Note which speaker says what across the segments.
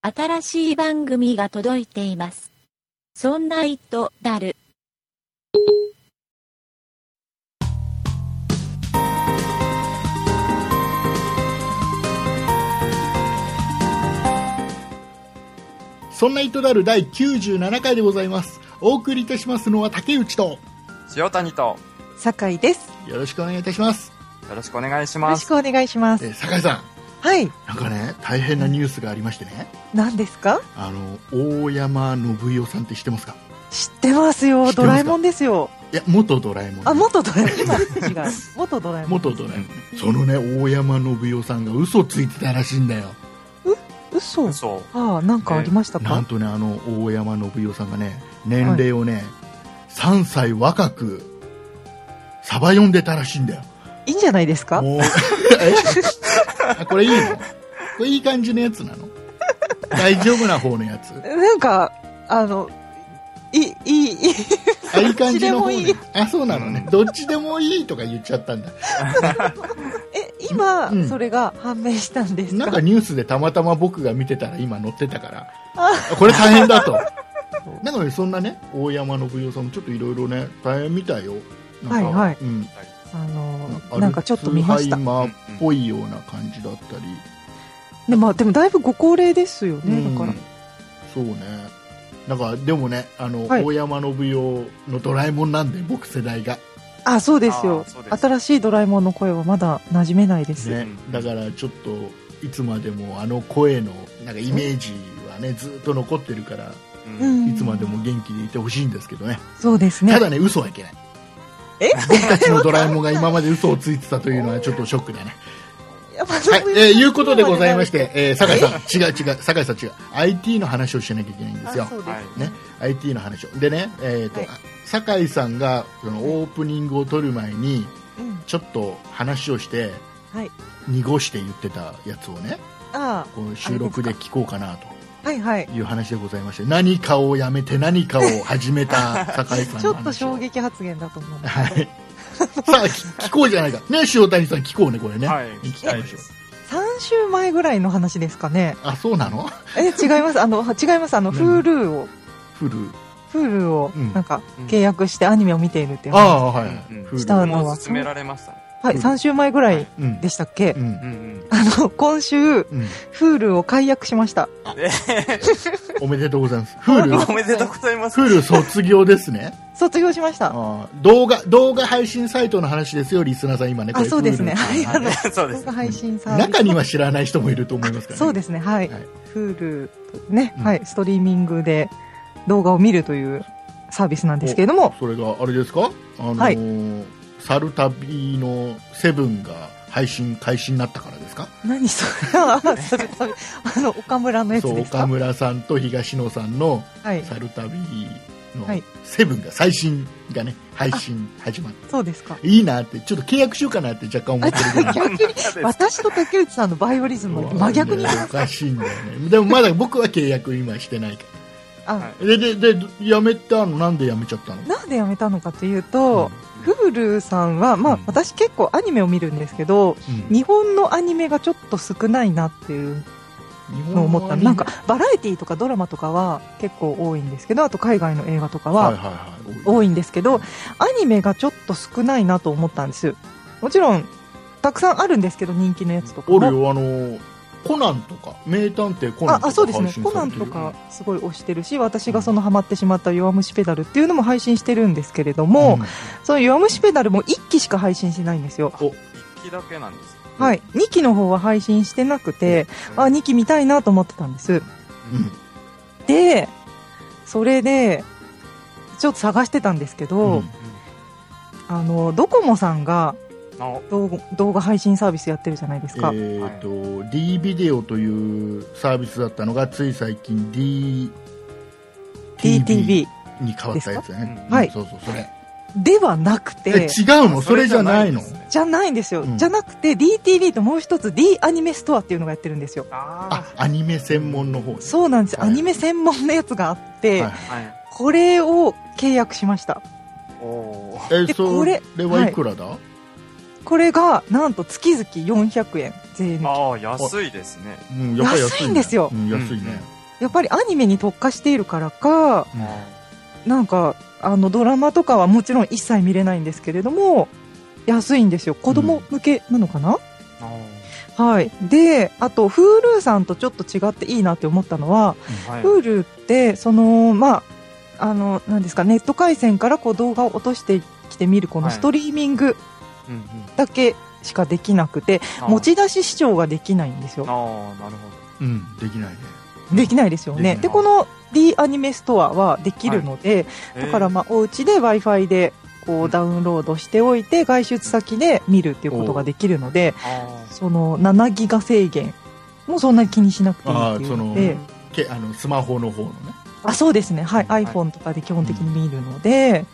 Speaker 1: 新しい番組が届いています。そんな糸だる。
Speaker 2: そんな糸だる第97回でございます。お送りいたしますのは竹内と、
Speaker 3: 塩谷と、
Speaker 4: 酒井です。
Speaker 2: よろしくお願いいたします。
Speaker 3: よろしくお願いし
Speaker 4: よ
Speaker 3: ま
Speaker 4: ろし
Speaker 3: す。
Speaker 4: くお願いしま
Speaker 2: え
Speaker 4: す。
Speaker 2: ー、酒井さん、
Speaker 4: はい。
Speaker 2: なんかね、大変なニュースがありましてね、
Speaker 4: 何ですか
Speaker 2: あの、大山信代さんって知ってますか
Speaker 4: 知ってます
Speaker 2: 知っ
Speaker 4: よ。
Speaker 2: てますか
Speaker 4: ドラえもんですよ。
Speaker 2: いや、元ドラえもん。
Speaker 4: あ、元ドラえも ん。今、違う。元ドラえもん。
Speaker 2: 元ドラえもん。そのね、大山信代さんが嘘ついてたらしいんだよ。
Speaker 4: 嘘
Speaker 3: そう。
Speaker 4: ああ、なんかありました
Speaker 2: な
Speaker 4: か
Speaker 2: んとね、あの、大山信代さんがね、年齢をね、3歳若く、サバ読んでたらしいんだよ。
Speaker 4: いいんじゃないですか
Speaker 2: もうえあこれいいのこれいい感じのやつなの大丈夫な方のやつ
Speaker 4: なんか、あの、いい、いい、いい。
Speaker 2: あいい感じの方
Speaker 4: どっちでもい
Speaker 2: ね
Speaker 4: い
Speaker 2: あそうなのねどっちでもいいとか言っちゃったんだ
Speaker 4: え、今、
Speaker 2: うん
Speaker 4: それが判明したんですか
Speaker 2: なんかニュースでたまたま僕が見てたら今載ってたから
Speaker 4: あ
Speaker 2: これ大変だとなのでそんなね大山信代さんもちょっといろいろね大変みたいよなんか
Speaker 4: はいはい
Speaker 2: うん
Speaker 4: あ
Speaker 2: ア
Speaker 4: の、
Speaker 2: ル
Speaker 4: なんかちょっと見ました
Speaker 2: ツー。ハイマーっぽいような感じだったり、
Speaker 4: でまあ、でもだいぶご高齢ですよね、だから。
Speaker 2: そうねなんかでもねあの、
Speaker 4: はい
Speaker 2: 大山信代のドラえもんなんで僕世代が、
Speaker 4: あ、そうですよ
Speaker 3: あそう。です
Speaker 4: 新しいドラえもんの声はまだ馴染めないです。
Speaker 2: ね
Speaker 3: うん
Speaker 2: だからちょっといつまでもあの声のなんかイメージはねずっと残ってるから
Speaker 3: う。
Speaker 4: うん
Speaker 2: い
Speaker 4: ん
Speaker 2: つまでも元気でいてほしいんですけどね
Speaker 4: そうですね
Speaker 2: た。だね嘘はいけない
Speaker 4: え
Speaker 2: 僕たちのドラえもんが今まで嘘をついてたというの はちょっとショックだね。
Speaker 4: やっぱ
Speaker 2: はい
Speaker 4: そう、
Speaker 2: えーいうことでございまし
Speaker 4: そう
Speaker 2: て、えー、酒井さん、違う違う、酒井さん違う、IT の話をしなきゃいけないんで
Speaker 4: あ
Speaker 2: すよ。
Speaker 4: そうです
Speaker 2: ね
Speaker 4: ね。
Speaker 2: IT の話をでね、えーと
Speaker 4: はい
Speaker 2: あ酒井さんがそのオープニングを撮る前に
Speaker 4: うん
Speaker 2: ちょっと話をして、
Speaker 4: はい
Speaker 2: 濁して言ってたやつをね
Speaker 4: あ
Speaker 2: この収録で聞こうかな
Speaker 4: あ、はいはい。
Speaker 2: という話でございまして何かをやめて何かを始め た酒井さん
Speaker 4: ちょ
Speaker 2: の話を
Speaker 4: っと衝撃発言だと思う。
Speaker 2: はいさあ聞聞こうじゃないかね塩谷さん聞こうねこれね、
Speaker 3: はい
Speaker 2: 聞きたいです
Speaker 4: 3週前ぐらいの話ですかね。
Speaker 2: あそうなの
Speaker 4: え、違います。あの、 違います。あの、
Speaker 2: うん
Speaker 4: Hulu を、
Speaker 2: フル
Speaker 4: Hulu を
Speaker 2: うん、
Speaker 4: なんか
Speaker 3: うん、
Speaker 4: 契約してアニメを見ているっていう
Speaker 2: あ
Speaker 4: 話。
Speaker 2: あはい、
Speaker 3: うん
Speaker 2: フル
Speaker 4: したの
Speaker 3: もう進められましたね。
Speaker 4: はい、3週前ぐらい
Speaker 2: うん
Speaker 4: でしたっけ
Speaker 2: う。
Speaker 3: うんんうん。
Speaker 4: あの、 今週、
Speaker 2: うん、
Speaker 4: Hulu を解約しました。
Speaker 2: おめでとうございます。フール、
Speaker 3: おめでとうございます。
Speaker 2: フール卒業ですね。
Speaker 4: 卒業しました。
Speaker 2: あー動画動画配信サイトの話ですよ、リスナーさん、今ね、これ
Speaker 4: あそうですね
Speaker 2: Hulu
Speaker 4: はい
Speaker 2: はい
Speaker 3: そうです
Speaker 4: 動。画配信サービス。
Speaker 2: 中には知らない人もいると思いますから、ね、
Speaker 4: そうですね、はい
Speaker 2: はい。
Speaker 4: Hulu、ね、
Speaker 2: うん
Speaker 4: はい、ストリーミングで動画を見るというサービスなんですけれども、
Speaker 2: それがあれですか、あのー
Speaker 4: はい
Speaker 2: サルタビのセブンが配信開始になったからですか、
Speaker 4: 何それあそれ それあの、岡村のやつ
Speaker 2: そう
Speaker 4: です
Speaker 2: 岡
Speaker 4: か
Speaker 2: 村さんと東野さんの
Speaker 4: はい。
Speaker 2: サルタビの
Speaker 4: はい
Speaker 2: セブンが最新がね、配信始まって、
Speaker 4: そうですか。
Speaker 2: いいなって、ちょっと契約しようかなって若干思ってるぐらい。
Speaker 4: 逆に、私と竹内さんのバイオリズムは真逆に。
Speaker 2: おかしいんだよねでもまだ僕は契約今してないから
Speaker 4: あ、
Speaker 2: でででやめたのなんでやめちゃったの
Speaker 4: なんでやめたのかというと、Hulu さんは、
Speaker 2: う
Speaker 4: まあ
Speaker 2: ん
Speaker 4: 私結構アニメを見るんですけど、
Speaker 2: うん
Speaker 4: 日本のアニメがちょっと少ないなっていう
Speaker 2: 日本
Speaker 4: のを思っ
Speaker 2: の
Speaker 4: たのなんかバラエティとかドラマとかは結構多いんですけど、あと海外の映画とか
Speaker 2: はい
Speaker 4: は
Speaker 2: はいはい
Speaker 4: 多
Speaker 2: い
Speaker 4: いんですけど、アニメがちょっと少ないなと思ったんです。もちろん、たくさんあるんですけど、人気のやつとか
Speaker 2: おる
Speaker 4: も。
Speaker 2: よあのコナンとか名探偵コナン
Speaker 4: あ
Speaker 2: とか
Speaker 4: あそうですね
Speaker 2: 配、信
Speaker 4: コ
Speaker 2: さ
Speaker 4: ナ
Speaker 2: れ
Speaker 4: ン
Speaker 2: てる
Speaker 4: とかすごい推してるし、私がそのハマってしまった「弱虫ペダル」っていうのも配信してるんですけれども、
Speaker 2: うん
Speaker 4: その「弱虫ペダル」も1期しか配信しないんですよ、
Speaker 2: お
Speaker 3: 一気だけなんですよ。
Speaker 4: はい、2期の方は配信してなくて、あ2期見たいなと思ってたんです、
Speaker 2: うん
Speaker 4: で、それで、ちょっと探してたんですけど、
Speaker 2: うん
Speaker 4: あのドコモさんが
Speaker 3: の、
Speaker 4: 動画動画配信サービスやってるじゃないです
Speaker 2: え
Speaker 4: か。
Speaker 2: ーと D ビデオというサービスだったのがつい最近 DTV
Speaker 4: DTV
Speaker 2: に変わったやつだね
Speaker 3: ですか
Speaker 2: うん
Speaker 4: はい
Speaker 2: そうそうそれ
Speaker 4: ではなく
Speaker 2: え
Speaker 4: て、
Speaker 2: 違うのそれじゃないの
Speaker 4: じゃないんですよ。
Speaker 2: うん
Speaker 4: じゃなくて、DTV ともう一つ D アニメストアっていうのがやってるんですよ。
Speaker 3: あ
Speaker 2: あアニメ専門の方ね
Speaker 4: そうなんです。
Speaker 2: はい
Speaker 4: アニメ専門のやつがあって、
Speaker 2: はい
Speaker 3: あ、はい。
Speaker 4: これを契約しました。
Speaker 3: おお。
Speaker 2: え
Speaker 4: で
Speaker 2: そ
Speaker 4: これ
Speaker 2: れはいくらだ、
Speaker 4: これがなんと月々400円税抜き
Speaker 3: ああ、安いですね。
Speaker 2: うん、やっぱり安い、ね、
Speaker 4: 安いんですよ
Speaker 2: うん、安いね。
Speaker 4: やっぱりアニメに特化しているからか
Speaker 2: うん
Speaker 4: なんかあのドラマとかはもちろん一切見れないんですけれども安いんですよ子供向けなのかな、
Speaker 3: あ
Speaker 4: はいであと Hulu さんとちょっと違っていいなって思ったのは、
Speaker 3: あはい。
Speaker 4: Hulu ってそのまああのなんですかネット回線からこう動画を落としてきて見るこの
Speaker 3: はい
Speaker 4: ストリーミング
Speaker 3: うんうん
Speaker 4: だけしかできなくて、
Speaker 3: ああ
Speaker 4: 持ち出し視聴ができないんですよ
Speaker 3: ああ、なるほ
Speaker 2: う
Speaker 3: ど。
Speaker 2: ん、できないね。
Speaker 4: できないですよ
Speaker 3: で
Speaker 4: ね。
Speaker 3: きない
Speaker 4: で、この D アニメストアはできるので、だからまあ、お家で Wi-Fi でこ
Speaker 3: う
Speaker 4: うんダウンロードしておいて、外出先で見るっていうことができるので、
Speaker 3: あ、あ
Speaker 4: その7ギガ制限もそんなに気にしなくていい
Speaker 2: あ
Speaker 4: っ
Speaker 2: あ
Speaker 4: てい
Speaker 2: そうの
Speaker 4: ので、
Speaker 2: けあのスマホの方のね。
Speaker 4: あそうですね。はい、
Speaker 3: はい
Speaker 4: iPhone とかで基本的に見るので、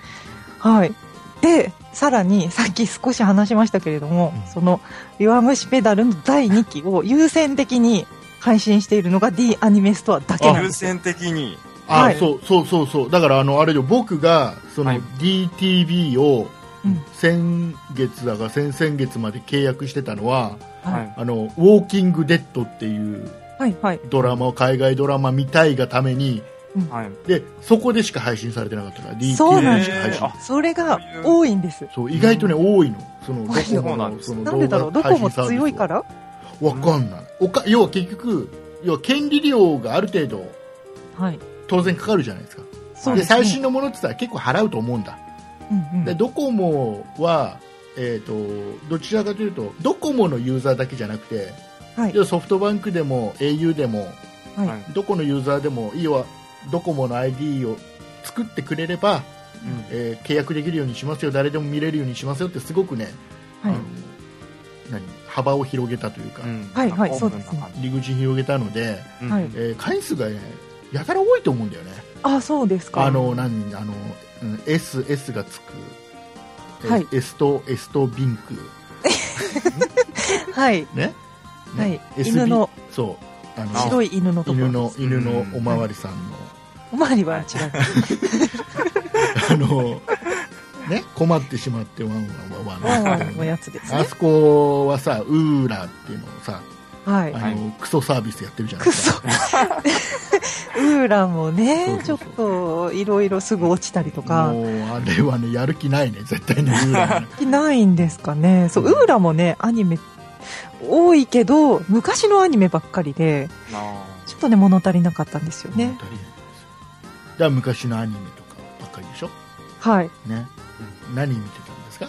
Speaker 4: はい。で、さらに、 さっき少し話しましたけれども、
Speaker 2: うん
Speaker 4: その、弱虫ペダルの第2期を優先的に配信しているのが D アニメストアだけ
Speaker 3: あ
Speaker 4: なん
Speaker 3: 優
Speaker 4: ですよ。
Speaker 3: 先的に。
Speaker 2: あ、
Speaker 4: はい
Speaker 2: そうそうそうそう。だからあのあれよ僕がその
Speaker 3: はい
Speaker 2: DTV を
Speaker 4: うん
Speaker 2: 先月だが先々月まで契約してたのは、
Speaker 4: は
Speaker 3: はいい。
Speaker 2: あのウォーキングデッドっていう
Speaker 4: はい、はい。
Speaker 2: ドラマを海外ドラマ見たいがために
Speaker 3: はい。
Speaker 2: でそこでしか配信されてなかったから DTV
Speaker 4: そうなん
Speaker 2: で
Speaker 4: で
Speaker 2: し
Speaker 4: す
Speaker 2: か
Speaker 4: よ
Speaker 2: 配信
Speaker 3: あ
Speaker 4: それが多いんです。
Speaker 2: そう意外とね、多いのその
Speaker 4: 多い
Speaker 2: ド
Speaker 4: の
Speaker 2: コ
Speaker 3: そう
Speaker 2: モ
Speaker 3: なん
Speaker 2: の
Speaker 3: です
Speaker 2: その
Speaker 4: なんでだろう、
Speaker 2: 動
Speaker 4: ど
Speaker 2: 画配
Speaker 4: こ
Speaker 2: 信
Speaker 4: も
Speaker 2: サービス
Speaker 4: 強いから
Speaker 2: わかんないおか要は結局要は権利料がある程度
Speaker 4: はい。
Speaker 2: 当然かかるじゃないですか
Speaker 4: そう
Speaker 2: で
Speaker 4: です、ね。
Speaker 2: 最新のものって言ったら結構払うと思うんだ、
Speaker 4: うんうん
Speaker 2: でドコモは、えー、とどちらかというとドコモのユーザーだけじゃなくて
Speaker 4: はい
Speaker 2: 要はソフトバンクでも au でも
Speaker 4: はい
Speaker 3: はい
Speaker 2: どこのユーザーでも要はドコモの ID を作ってくれれば、
Speaker 3: うん
Speaker 2: えー契約できるようにしますよ誰でも見れるようにしますよってすごくね、
Speaker 4: はい
Speaker 2: あの何幅を広げたというか、
Speaker 3: うん
Speaker 4: はいはい
Speaker 3: なんかオープンな感じ
Speaker 2: 入り口広げたので、
Speaker 3: うん
Speaker 4: はい
Speaker 2: えー回数が、ね、やたら多いと思うんだよね。
Speaker 4: あ、そうですか。
Speaker 2: あの何あの、うん S, S がつく、えー
Speaker 4: はい
Speaker 2: S と S とビンク
Speaker 4: はい。
Speaker 2: ねね
Speaker 4: はい。
Speaker 2: S
Speaker 4: 犬の、
Speaker 2: そうあの
Speaker 4: 白い犬のところ。
Speaker 2: 犬の犬のおまわりさんの、
Speaker 4: おまわりは違
Speaker 2: あのね困ってしまってワンワンワン
Speaker 4: う。ワ
Speaker 2: ワ
Speaker 4: ン
Speaker 2: ン
Speaker 4: ワ
Speaker 2: ワ
Speaker 4: ン
Speaker 2: ン
Speaker 4: のやつで す
Speaker 2: あ
Speaker 4: ね。
Speaker 2: そこはさウーラっていうのをさ、
Speaker 4: はい。
Speaker 2: あのクソサービスやってるじゃない
Speaker 4: く
Speaker 2: です
Speaker 4: そ
Speaker 2: か。
Speaker 4: ウーラもね、ち
Speaker 2: そ
Speaker 4: ょ
Speaker 2: う
Speaker 4: っ
Speaker 2: そう
Speaker 4: と、いろいろすぐ落ちたりとか
Speaker 2: も。うあれはねやる気ないね絶対にウーラ、ね、
Speaker 4: ないんですかね。そう、ウーラもね、アニメ、多いけど、昔のアニメばっかりで、
Speaker 3: あ
Speaker 4: ちょっとね、物足りなかったんですよね。
Speaker 2: 物足りないですよだから昔のアニメとかばっかりでしょ
Speaker 4: はい。
Speaker 2: ね、何見てたんですか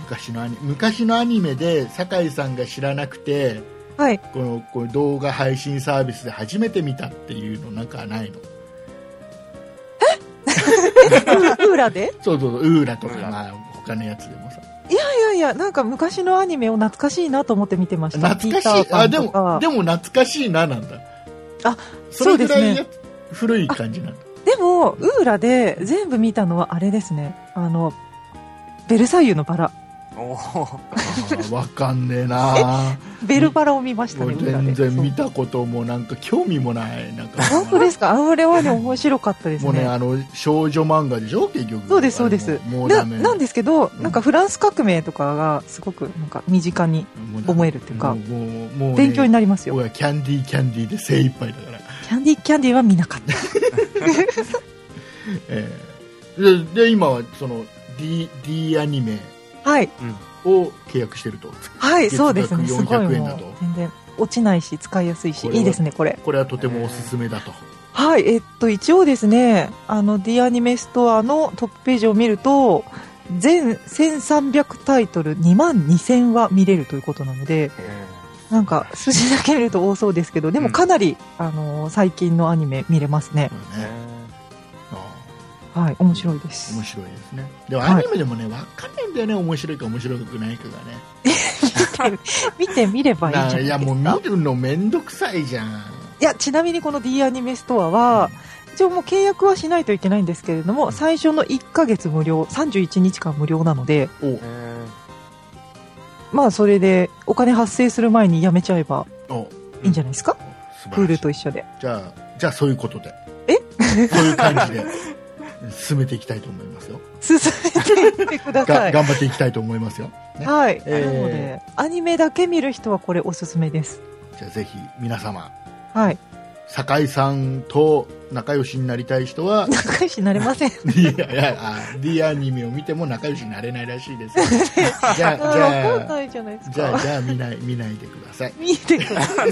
Speaker 2: 昔のアニ昔のアニメで酒井さんが知らなくて
Speaker 4: はい。
Speaker 2: このこの動画配信サービスで初めて見たっていうのなんかないの
Speaker 4: ウーラで
Speaker 2: そうそうそうウーラとか、
Speaker 3: ウーラ
Speaker 2: まあ、他のやつでもさ
Speaker 4: いやいや、なんか昔のアニメを懐かしいなと思って見てました。
Speaker 2: 懐
Speaker 4: ピータ
Speaker 2: かし
Speaker 4: ー
Speaker 2: い
Speaker 4: パ
Speaker 2: あ
Speaker 4: ン
Speaker 2: で
Speaker 4: とか
Speaker 2: もでも懐かしいななんだ
Speaker 4: あ
Speaker 2: それぐらい
Speaker 4: そ
Speaker 2: や、古い感じ なんだ
Speaker 4: でも、ウーラで全部見たのはあれですね。あの、ベルサイユのバラ。
Speaker 3: あ。おお。
Speaker 2: あーわかんねえな
Speaker 4: ベルバラを見ました
Speaker 2: も
Speaker 4: ね、
Speaker 2: う
Speaker 4: ウーラで。
Speaker 2: 全然見
Speaker 4: そう
Speaker 2: たこともなんか興味もないなんか
Speaker 4: 本当ですか あれはね、面白かったです
Speaker 2: もうね
Speaker 4: ね。
Speaker 2: あの少女漫画でしょ結局
Speaker 4: そうですそうです
Speaker 2: あのもう
Speaker 4: な
Speaker 2: ダメ
Speaker 4: なんですけど、
Speaker 2: ん
Speaker 4: なんかフランス革命とかがすごくなんか身近に
Speaker 2: もうダメ
Speaker 4: 思えるっていうか、
Speaker 2: もうもうもうね
Speaker 4: 勉強になりますよ。
Speaker 2: 俺はキャンディーキャンディーで精一杯だから、
Speaker 4: キャンディーキャンディーは見なかった。
Speaker 2: えーでで今はその D, D アニメ
Speaker 4: はい。
Speaker 2: を契約してると
Speaker 4: はい、
Speaker 2: 月額
Speaker 4: そうですね。すごい
Speaker 2: 400円
Speaker 4: も
Speaker 2: だと
Speaker 4: う、全然落ちないし、使いやすいし、
Speaker 2: これはい
Speaker 4: いですね、これ。
Speaker 2: これはとてもおすすめだと、
Speaker 4: はい、えっと、一応ですね、あの、D アニメストアのトップページを見ると、全1300タイトル2万2000話見れるということなので、なんか数字だけ見ると多そうですけど、でもかなり、あの、最近のアニメ見れますね。
Speaker 2: そうだねあ
Speaker 4: はい、面白いで
Speaker 2: ー面
Speaker 4: す。
Speaker 2: 白いですねでも
Speaker 4: はい
Speaker 2: アニメでもね、わかんないんだよね面白いか面白くないかがね
Speaker 4: 見てみればいいん
Speaker 2: な
Speaker 4: じゃないい
Speaker 2: や
Speaker 4: で
Speaker 2: もう
Speaker 4: す
Speaker 2: 見
Speaker 4: か。
Speaker 2: るのめんどくさいじゃん
Speaker 4: いや、ちなみにこの D アニメストアは、一応もう契約はしないといけないんですけれども、最初の1ヶ月無料、31日間無料なので、
Speaker 2: お
Speaker 4: まあそれでお金発生する前にやめちゃえば
Speaker 2: お
Speaker 4: いいんじゃないですか、
Speaker 2: 素
Speaker 4: プー
Speaker 2: 晴ら
Speaker 4: ル
Speaker 2: しい
Speaker 4: と一緒で。
Speaker 2: じゃあじゃあそういうことで
Speaker 4: え
Speaker 2: そういう感じで進めていきたいと思いますよ
Speaker 4: 進めていってくださ
Speaker 2: が
Speaker 4: い。
Speaker 2: 頑張っていきたいと思いますよ。ね
Speaker 4: はい、
Speaker 2: えー
Speaker 4: なのでアニメだけ見る人はこれおすすめです
Speaker 2: じゃあぜひ皆様、
Speaker 4: はい、
Speaker 2: 酒井さんと仲良しになりたい人は
Speaker 4: 仲良しになれません
Speaker 2: いやいや、あ D アニメを見ても仲良しになれないらしい です。じゃあ、
Speaker 4: 分
Speaker 2: じゃ
Speaker 4: かん
Speaker 2: あ、
Speaker 4: ないじゃないです
Speaker 2: じゃあ、
Speaker 4: か
Speaker 2: じゃあ見ない、見ないでください。
Speaker 4: 見てください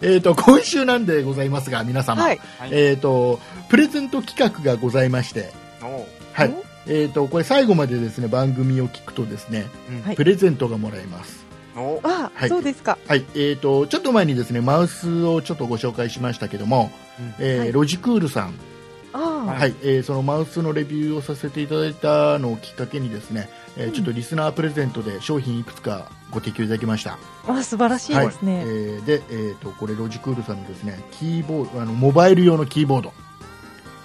Speaker 2: えっ、と、今週なんでございますが、皆様、
Speaker 4: はい
Speaker 3: はい。
Speaker 2: えっ、と、プレゼント企画がございまして、
Speaker 3: おう
Speaker 2: はい
Speaker 4: お。
Speaker 2: えっ、と、これ最後までですね、番組を聞くとですね、
Speaker 3: うん
Speaker 4: はい
Speaker 2: プレゼントがもらえます。
Speaker 3: おう
Speaker 4: あ、
Speaker 2: はい
Speaker 4: そうですか
Speaker 2: はい、えー、とちょっと前にですねマウスをちょっとご紹介しましたけども、
Speaker 3: うん
Speaker 2: えー
Speaker 4: はい
Speaker 2: ロジクールさん、
Speaker 4: あ
Speaker 3: は
Speaker 4: ー
Speaker 2: はいえーそのマウスのレビューをさせていただいたのをきっかけにですね、えー
Speaker 4: うん
Speaker 2: ちょっとリスナープレゼントで商品いくつかご提供いただきました、
Speaker 4: あ素晴らしいです
Speaker 2: え
Speaker 4: ね、
Speaker 2: ーで、えー、とこれロジクールさんのですねキーボードあのモバイル用のキーボード、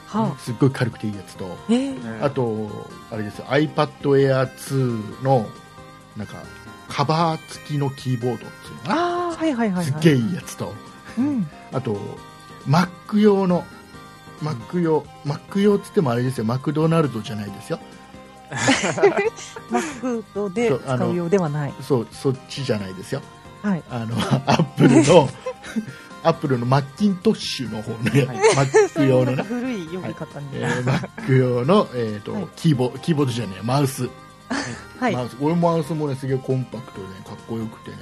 Speaker 4: は
Speaker 2: すっごい軽くていいやつと
Speaker 4: あ、えー
Speaker 3: ね
Speaker 2: あとあれですよ iPadAir2 のなんかカバー付きのキーボードっていうのか
Speaker 4: あーはいはい
Speaker 2: な
Speaker 4: はい
Speaker 2: すっ
Speaker 4: はい
Speaker 2: げえいいやつと。
Speaker 4: うん
Speaker 2: あと、Mac 用の、Mac 用、Mac 用って言ってもあれですよ、マクドナルドじゃないですよ。
Speaker 4: マックドで
Speaker 2: そうあの
Speaker 4: 使うようではない
Speaker 2: そう、そっちじゃないですよ。
Speaker 4: はい
Speaker 2: あの、Apple の、Apple のマッキントッシュの方のや
Speaker 3: はい
Speaker 2: つ、Mac 用の
Speaker 4: なんか
Speaker 2: ね。
Speaker 4: 古い呼び方に、
Speaker 2: えー Mac 用の、えーと
Speaker 4: はい
Speaker 2: キーボキーボードじゃねえマウス,、
Speaker 4: はい
Speaker 2: マウス俺もマウスもねすげえコンパクトで、ね、かっこよくてね、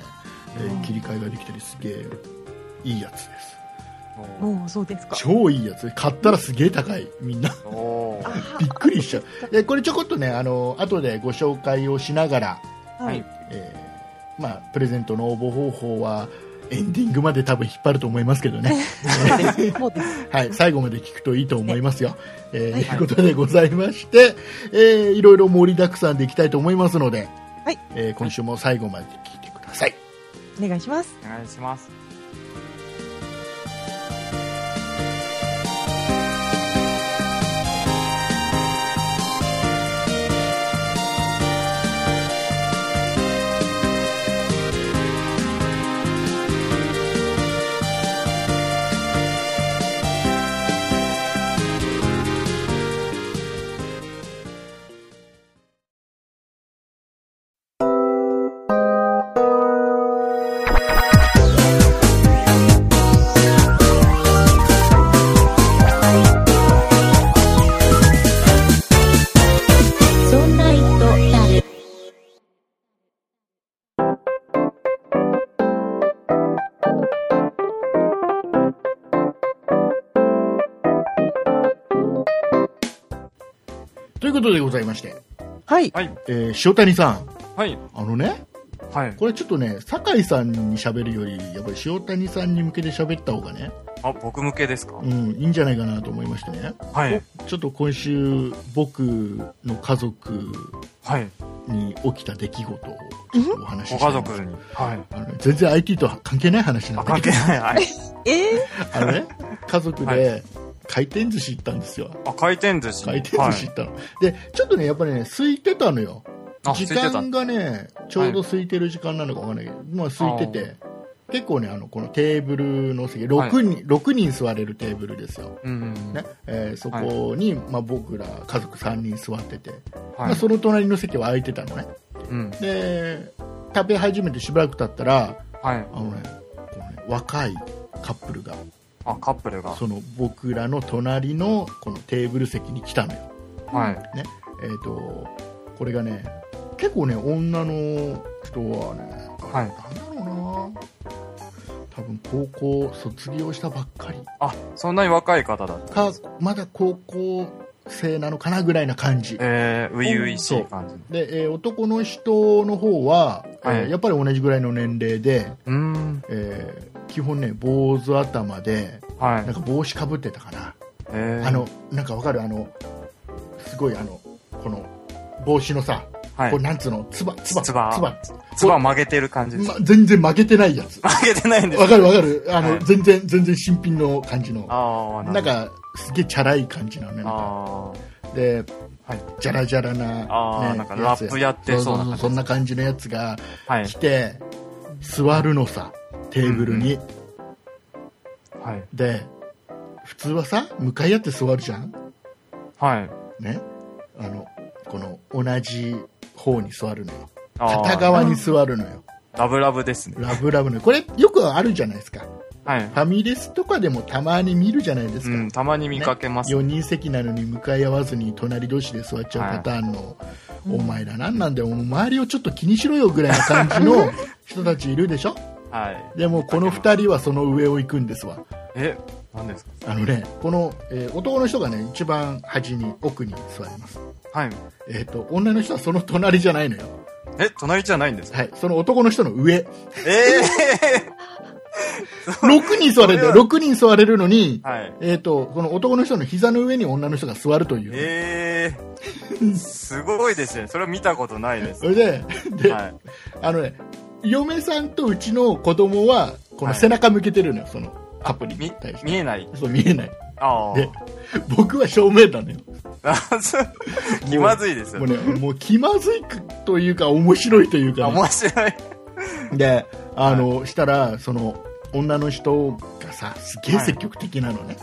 Speaker 2: えー
Speaker 4: うん
Speaker 2: 切り替えができたりすげえいいやつです
Speaker 3: おう
Speaker 4: おおそうですか
Speaker 2: 超いいやつ買ったらすげえ高いみんな
Speaker 3: おう
Speaker 4: あー
Speaker 2: びっくりしちゃう。えこれちょこっとね、あの後でご紹介をしながら、
Speaker 4: は
Speaker 3: はいい。
Speaker 2: えーまあ、プレゼントの応募方法は、エンディングまで多分引っ張ると思いますけど ね、
Speaker 4: もうです
Speaker 2: はい、最後まで聞くといいと思いますよ。えー
Speaker 4: はい
Speaker 2: ということでございまして、えーいろいろ盛りだくさんでいきたいと思いますので、
Speaker 4: はい
Speaker 2: えー今週も最後まで聞いてください。
Speaker 4: お願いします
Speaker 3: お願いします。
Speaker 1: そんな糸だる。
Speaker 2: ということでございまして、
Speaker 4: はい
Speaker 3: はい。
Speaker 2: えー塩谷さん、
Speaker 3: はい。
Speaker 2: あのね、
Speaker 3: はい。
Speaker 2: これちょっとね、酒井さんに喋るより、やっぱり塩谷さんに向けて喋った方がね、
Speaker 3: あ、僕向けですか
Speaker 2: うん、いいんじゃないかなと思いましてね、
Speaker 3: はい。
Speaker 2: ちょっと今週、僕の家族
Speaker 3: はい。
Speaker 2: に起きた出来事をちょっとお話し
Speaker 3: ご
Speaker 2: した
Speaker 3: 家
Speaker 2: いな
Speaker 3: 族に。はい。
Speaker 2: あのね全然 IT とは関係ない話な
Speaker 3: あ、
Speaker 2: んだ
Speaker 3: 関
Speaker 2: け
Speaker 3: 係
Speaker 2: ど、
Speaker 3: ない。はい。
Speaker 4: えー、
Speaker 2: あのね、家族
Speaker 3: は
Speaker 2: で回転寿司行ったんですよ。
Speaker 3: あ、回転寿司。
Speaker 2: 回転寿司行ったの。で、ちょっとね、やっぱりね、空いてたのよ。
Speaker 3: はい、あ、
Speaker 2: 時
Speaker 3: ついてた。
Speaker 2: 間がね、ちょうど空いてる時間なのかわかんないけど、まあ空いてて、結構ね、あの、このテーブルの席、6人、6人座れるテーブルですよ。
Speaker 3: うんうん。
Speaker 2: ねえーそこに、まあ、僕ら家族3人座ってて、ま
Speaker 3: は
Speaker 2: あ、
Speaker 3: い。
Speaker 2: その隣の席は空いてたのね
Speaker 3: うん。
Speaker 2: で食べ始めてしばらく経ったら
Speaker 3: はい。
Speaker 2: あの、ねこのね、若いカップルが
Speaker 3: あ、カップルが。
Speaker 2: その僕らの隣のこのテーブル席に来たのよ、
Speaker 3: はい。
Speaker 2: えー、とこれがね結構ね女の人はね、
Speaker 3: はい
Speaker 2: なんだろうな多分高校卒業したばっかり
Speaker 3: あ、そんなに若い方だった。
Speaker 2: かまだ高校生なのかなぐらいな感じ
Speaker 3: えー、初々しい感じ。
Speaker 2: で、えー男の人の方は、えー
Speaker 3: はい
Speaker 2: やっぱり同じぐらいの年齢で、
Speaker 3: うーん。
Speaker 2: えー基本ね坊主頭で
Speaker 3: はい
Speaker 2: なん。か帽子かぶってたかな、
Speaker 3: えー、
Speaker 2: あのなんかわかるあのすごいあのこの帽子のさ、
Speaker 3: はい
Speaker 2: こう。なんつうのつばつば
Speaker 3: つば
Speaker 2: つば
Speaker 3: つば曲げてる感じです。
Speaker 2: ま全然負けてないやつ
Speaker 3: 曲げてないんです
Speaker 2: わかるわかるあの、
Speaker 3: はい
Speaker 2: 全然全然新品の感じの
Speaker 3: ああ、
Speaker 2: なん、かすげえチャラい感じなのねなんか
Speaker 3: あ
Speaker 2: で、
Speaker 3: はい
Speaker 2: ジャラジャラな,、ね
Speaker 3: あーなんかラップやってそうな
Speaker 2: そ
Speaker 3: 感じ
Speaker 2: そんな感じのやつが
Speaker 3: あ、はい
Speaker 2: 来。て、座るのさテーブルに、
Speaker 3: はい。
Speaker 2: で普通はさ向かい合って座るじゃん
Speaker 3: はい。
Speaker 2: ねあのこの同じ方に座るのよ
Speaker 3: あー
Speaker 2: 片側に座るのよ
Speaker 3: ラブラブですね。
Speaker 2: ラブラブのこれよくあるじゃないですか
Speaker 3: はい
Speaker 2: フ。ァミレスとかでもたまに見るじゃないです
Speaker 3: う
Speaker 2: か、
Speaker 3: ん、たまに見かけます。
Speaker 2: 4人席なのに向かい合わずに隣同士で座っちゃうパターンの、
Speaker 4: い
Speaker 2: お前ら何なんだよ、周りをちょっと気にしろよぐらいな感じの人たちいるでしょ
Speaker 3: はい。
Speaker 2: でもこの2人はその上を行くんですわ
Speaker 3: え、何ですか
Speaker 2: あのねこの、えー男の人がね一番端に奥に座ります
Speaker 3: はい。
Speaker 2: えっ、と女の人はその隣じゃないのよ
Speaker 3: え、隣じゃないん ですか
Speaker 2: はいその男の人の 上
Speaker 3: え
Speaker 2: 6人座れる
Speaker 3: それは
Speaker 2: 6人座れるのに
Speaker 3: えはい。
Speaker 2: えっ、とこの男の人の膝の上に女の人が座るという、
Speaker 3: ええすごいですね。それは見たことないです。
Speaker 2: そ
Speaker 3: は
Speaker 2: れ でで、
Speaker 3: い。
Speaker 2: あのね、嫁さんとうちの子供は、この
Speaker 3: はい
Speaker 2: 背中向けてるのよ、そのカップに
Speaker 3: み
Speaker 2: 対して。
Speaker 3: 見えない。
Speaker 2: そう、見えない。
Speaker 3: あ
Speaker 2: で、僕は正面なのよ。
Speaker 3: あ。そう 気まずいです
Speaker 2: も
Speaker 3: よ
Speaker 2: う
Speaker 3: ね。
Speaker 2: ね、もう気まずいくというか、面白いという
Speaker 3: あ
Speaker 2: かね、
Speaker 3: 面白い。
Speaker 2: で、あの、したら、その、女の人がさ、すげえ積極的なのね。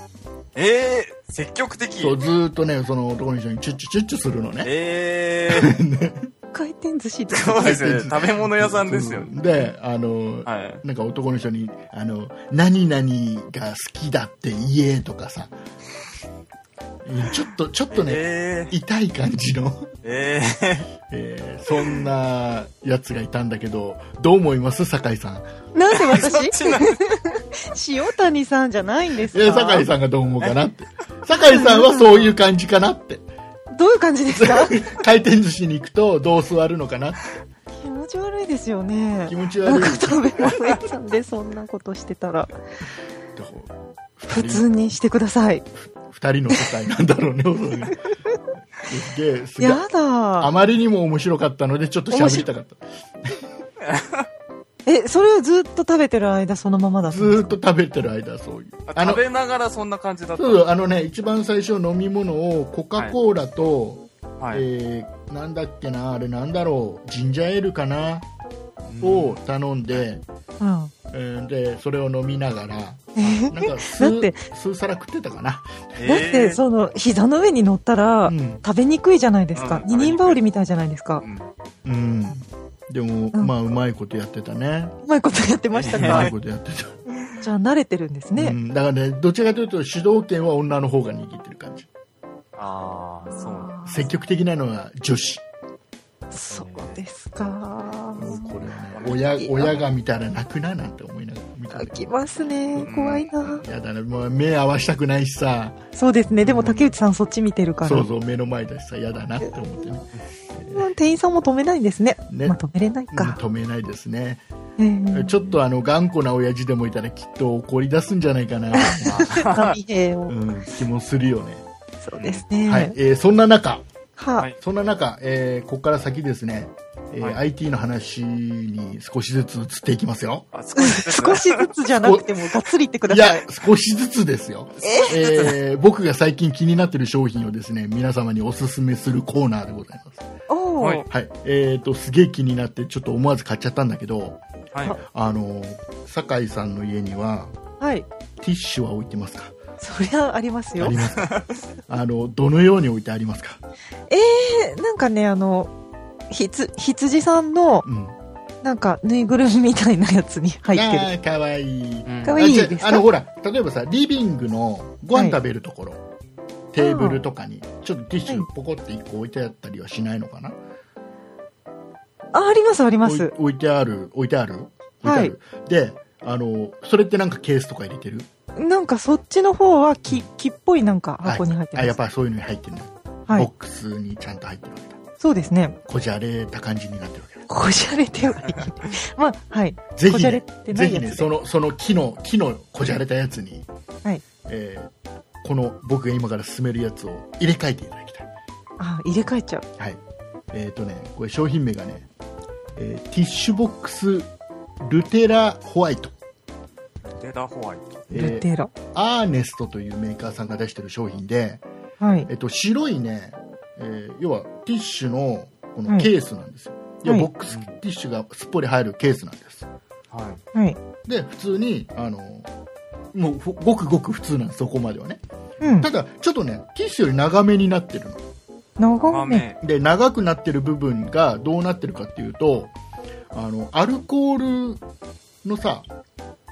Speaker 3: ええ積極的。
Speaker 2: そう、ずーっとね、その男の人にチュッチュチュッチュするのね。
Speaker 3: ええ
Speaker 4: 回転寿司って
Speaker 3: そうですよね。食べ物屋さんですよね。
Speaker 2: そうで、あの、
Speaker 3: はい。
Speaker 2: なんか男の人に、あの、何々が好きだって言えとかさ、うんちょっと、ちょっとね、
Speaker 3: ええ
Speaker 2: 痛い感じの、
Speaker 3: ええ
Speaker 2: えーそんなやつがいたんだけど、どう思います酒井さん。
Speaker 4: なんで
Speaker 3: そっ
Speaker 4: 私
Speaker 3: ちな
Speaker 4: 塩谷さんじゃないんです
Speaker 2: えー、
Speaker 4: か
Speaker 2: 酒井さんがどう思うかなって。酒井さんはそういう感じかなって。
Speaker 4: どういう感じですか
Speaker 2: 回転寿司に行くとどう座るのかなって
Speaker 4: 気持ち悪いですよね
Speaker 2: 気持ち
Speaker 4: な
Speaker 2: 悪
Speaker 4: ん
Speaker 2: い
Speaker 4: か。食べ物屋さんでそんなことしてたら普通にしてください
Speaker 2: 二人の世界なんだろうね、恐らくすげえ、すげえ。
Speaker 4: や
Speaker 2: あ
Speaker 4: だ
Speaker 2: まりにも面白かったので、ちょっと喋りたかった。
Speaker 4: えそれをずっと食べてる間そのままだった
Speaker 2: ずーっと食べてる間そういうあの
Speaker 3: 食べながらそんな感じだった。
Speaker 2: そうあのね一番最初飲み物をコカ・コーラと、
Speaker 3: はい。
Speaker 2: えーなんだっけなあれなんだろうジンジャーエールかな
Speaker 3: うん
Speaker 2: を頼んで、
Speaker 4: うん
Speaker 2: えーでそれを飲みながら
Speaker 4: え
Speaker 2: なん か数
Speaker 4: だって
Speaker 2: 数皿食ってたかな、
Speaker 3: え
Speaker 4: だってその膝の上に乗ったら
Speaker 2: うん
Speaker 4: 食べにくいじゃないですか、
Speaker 3: うん
Speaker 4: 二人羽織みたいじゃないですか
Speaker 3: うん
Speaker 2: うん、でも、
Speaker 4: うん
Speaker 2: まあうまいことやってたね
Speaker 4: うまいことやってました
Speaker 2: う
Speaker 4: ね、
Speaker 2: まいことやってた、
Speaker 4: じゃあ慣れてるんですね、
Speaker 2: うん、だからねどちらかというと主導権は女の方が握ってる感じ
Speaker 3: ああ、そう。
Speaker 2: 積極的なのは女子
Speaker 4: そうですか
Speaker 2: うんこれはね親親が見たら泣くななんて思いながら見た
Speaker 4: 飽
Speaker 2: け
Speaker 4: きますね
Speaker 3: ん
Speaker 4: 怖いな
Speaker 2: どやだねもう目合わしたくないしさ
Speaker 4: そうですねでも竹内さんそっち見てるから
Speaker 2: そうそう目の前だしさやだなって思ってね
Speaker 4: うん店員さんも止めないんですね
Speaker 2: ね
Speaker 4: まあ止めれない
Speaker 2: うん
Speaker 4: か、
Speaker 2: 止めないですね
Speaker 4: ええ
Speaker 2: ちょっとあの頑固な親父でもいたらきっと怒り出すんじゃないかな、
Speaker 4: 紙幣を、
Speaker 2: うん、気もするよね、
Speaker 4: そうですね
Speaker 2: はいえーそんな中
Speaker 4: は
Speaker 3: はい
Speaker 2: そんな中、えーここから先ですね、えー
Speaker 3: はい
Speaker 2: IT の話に少しずつ移っていきますよ
Speaker 3: あ、少しずつ。
Speaker 4: 少しずつじゃなくてもがっつり言ってくだ
Speaker 2: い
Speaker 4: さ
Speaker 2: や
Speaker 4: い
Speaker 2: 少しずつですよえー僕が最近気になってる商品をですね皆様におすすめするコーナーでございます
Speaker 4: おお、
Speaker 3: はい
Speaker 2: はい。えっ、と、すげえ気になって、ちょっと思わず買っちゃったんだけど、
Speaker 3: はい。
Speaker 2: あの、酒井さんの家には、
Speaker 4: はい、
Speaker 2: ティッシュは置いてますか
Speaker 4: そりゃあります
Speaker 2: あ
Speaker 4: よ
Speaker 2: りますかあの、どのように置いてありますか
Speaker 4: えなんかねあのひつ羊さんの
Speaker 2: うん。
Speaker 4: なんかぬいぐるみみたいなやつに入ってる
Speaker 2: あーかわいい。
Speaker 3: うん
Speaker 4: かわいい
Speaker 2: あ違う
Speaker 4: ですか
Speaker 2: あの、ほら、例えばさ、リビングのご飯食べるところ、テーブルとかに、ちょっとティッシュポコって1個置いてあったりはしないのかな、
Speaker 4: あありますありま
Speaker 2: おい
Speaker 4: す
Speaker 2: 置いてある、置いてある置いてあ
Speaker 4: はい
Speaker 2: る。で、あの、それってなんかケースとか入れてる
Speaker 4: なんかそっちの方は木木っぽいなんか箱に入ってま
Speaker 2: はいあ、やっ
Speaker 4: す、
Speaker 2: ぱそういうのに入ってるの、
Speaker 4: はい
Speaker 2: ボックスにちゃんと入ってるわけだ。
Speaker 4: そうですね
Speaker 2: こじゃれた感じになってるわけだ。
Speaker 4: こじゃれてはいい まあはい
Speaker 2: ぜ
Speaker 4: こ
Speaker 2: ひ
Speaker 4: じゃれ
Speaker 2: ね、
Speaker 4: てな
Speaker 2: ぜ
Speaker 4: い
Speaker 2: ひ
Speaker 4: や
Speaker 2: ね、
Speaker 4: つで
Speaker 2: その、その木の、木のこじゃれたやつに、
Speaker 4: はい
Speaker 2: えーこの僕が今から進めるやつを入れ替えていただきたい。
Speaker 4: あ入れ替えちゃう
Speaker 2: はい。えっ、とね、これ商品名がね、えーティッシュボックスルテラホワイト。
Speaker 3: データホワイト。
Speaker 2: えー
Speaker 4: ルテラ、
Speaker 2: アーネストというメーカーさんが出してる商品で、
Speaker 4: はい
Speaker 2: えっと、白いね、えー要はティッシュのこ
Speaker 4: は
Speaker 2: の
Speaker 4: い
Speaker 2: ケースなんですよ、要は
Speaker 4: はい
Speaker 2: ボックスティッシュがすっぽり入るケースなんです
Speaker 3: はい。
Speaker 4: はい
Speaker 2: で普通にあのもうふごくごく普通なんですそこまではね
Speaker 4: うん
Speaker 2: ただちょっとねティッシュより長めになってるの
Speaker 4: 長め。
Speaker 2: で長くなってる部分がどうなってるかっていうとあのアルコールのさ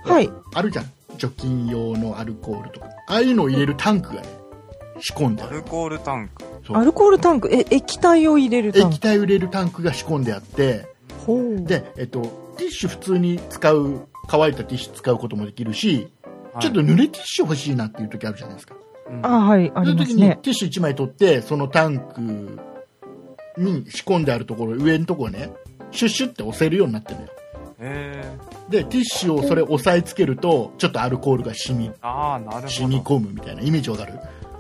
Speaker 4: はい。
Speaker 2: あるじゃん除菌用のアルコールとかああいうのを入れるタンクがね仕込んであ
Speaker 3: アル
Speaker 2: る
Speaker 3: コールタンク。
Speaker 2: そう
Speaker 4: アルコールタンク、え、液体を入れるタンク
Speaker 2: 液。体を入れるタンクが仕込んであって
Speaker 4: ほう
Speaker 2: で、えっと、ティッシュ普通に使う乾いたティッシュ使うこともできるし、ちょっと
Speaker 3: はい、
Speaker 2: 濡れティッシュ欲しいなっていう時あるじゃないですか
Speaker 3: うん
Speaker 4: あ、はい、あ
Speaker 2: そういう
Speaker 4: りま
Speaker 2: 時
Speaker 4: す
Speaker 2: にテ
Speaker 4: ね。
Speaker 2: ィッシュ1枚取ってそのタンクに仕込んであるところ上のところねシュッシュって押せるようになってるのよ
Speaker 3: え
Speaker 2: でティッシュをそれ押さえつけるとちょっとアルコールが染み
Speaker 3: ー、ああ、なる
Speaker 2: 染
Speaker 3: ほ
Speaker 2: み
Speaker 3: ど。
Speaker 2: 込むみたいなイメージわかる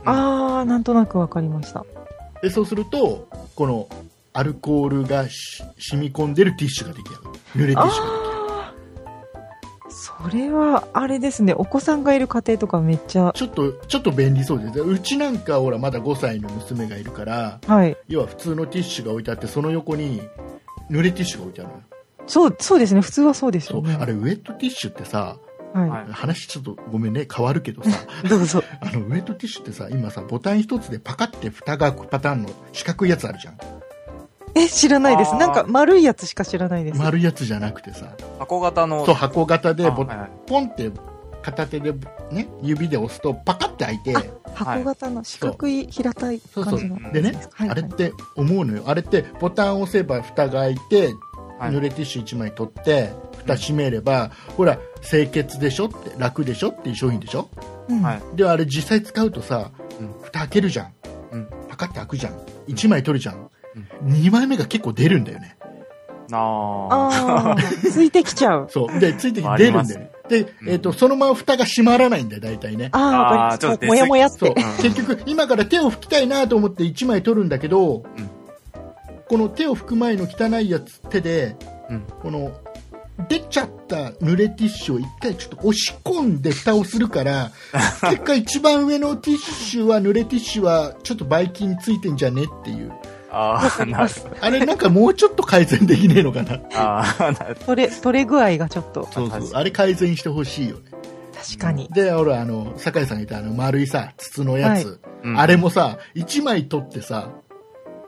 Speaker 4: あー、なんとなくわかりました。
Speaker 2: でそうするとこのアルコールがし染み込んでるティッシュが出来上がる濡れティッシュが
Speaker 4: あー、それは、あれですね、お子さんがいる家庭とかめっちゃ、
Speaker 2: ちょっとちょっと便利そうですうちなんかほらまだ5歳の娘がいるから
Speaker 4: はい。
Speaker 2: 要は普通のティッシュが置いてあってその横に濡れティッシュが置いてあるのよ
Speaker 4: そう、そうですね、普通はそうです
Speaker 2: そ
Speaker 4: よ
Speaker 2: う
Speaker 4: ね。
Speaker 2: あれウェットティッシュってさ
Speaker 4: は
Speaker 3: は
Speaker 2: 話ちょっとごめんね変わるけどさ
Speaker 4: い。どうぞ。
Speaker 2: あのウェットティッシュってさ今さボタン一つでパカって蓋が開くパターンの四角いやつあるじゃん
Speaker 4: え、知らないで
Speaker 3: あ
Speaker 4: す。
Speaker 3: ー
Speaker 4: なんか丸いやつしか知らないです。
Speaker 2: 丸いやつじゃなくてさ
Speaker 3: い。箱型の。
Speaker 2: そう箱型で
Speaker 3: あ
Speaker 2: ボ
Speaker 3: はいはい
Speaker 2: ポンって片手で、ね、指で押すとパカって開いて
Speaker 4: 箱型の四角い平たい
Speaker 2: そうそ
Speaker 4: 感
Speaker 2: う
Speaker 4: じの。
Speaker 2: でね
Speaker 4: すかはい
Speaker 2: あれって思うのよあれってボタンを押せば蓋が開いて
Speaker 3: はい
Speaker 2: 濡れティッシュ1枚取って蓋閉めればほら清潔でしょって楽でしょっていう商品でしょ
Speaker 4: うん
Speaker 3: はい
Speaker 2: であれ実際使うとさ、
Speaker 3: うん
Speaker 2: 蓋開けるじゃん、
Speaker 3: うん
Speaker 2: パカッて開くじゃん1枚取るじゃん、
Speaker 3: う
Speaker 2: 2枚目が結構出るんだよね
Speaker 3: ああ。
Speaker 4: あー、ついてき ちゃう。
Speaker 2: そうでついてきて出るんだよねで、
Speaker 3: うん
Speaker 2: えっとそのまま蓋が閉まらないんだよ大体ね
Speaker 4: あー、わかり
Speaker 3: あーちょ
Speaker 4: ま
Speaker 3: っ
Speaker 4: し
Speaker 3: と
Speaker 4: た。もやもやっ
Speaker 2: そう、
Speaker 4: て。
Speaker 3: うん
Speaker 2: 結局今から手を拭きたいなと思って1枚取るんだけど、
Speaker 3: ん
Speaker 2: この手を拭く前の汚いやつ手で、
Speaker 3: うん
Speaker 2: この出ちゃった濡れティッシュを一回ちょっと押し込んで蓋をするから 結果一番上のティッシュは濡れティッシュはちょっとばい菌ついてんじゃねっていう
Speaker 3: ああ、なる
Speaker 2: あれなんかもうちょっと改善できねえのかな
Speaker 3: ああ、なる
Speaker 4: 取れ、取れ具合がちょっと。
Speaker 2: そう
Speaker 3: 確か
Speaker 2: そう
Speaker 3: に
Speaker 2: あれ改善してほしいよね
Speaker 4: 確かに。
Speaker 2: で俺あの酒井さんが言ったあの丸いさ筒のやつ、
Speaker 4: は
Speaker 3: うん
Speaker 2: あれもさ1枚取ってさ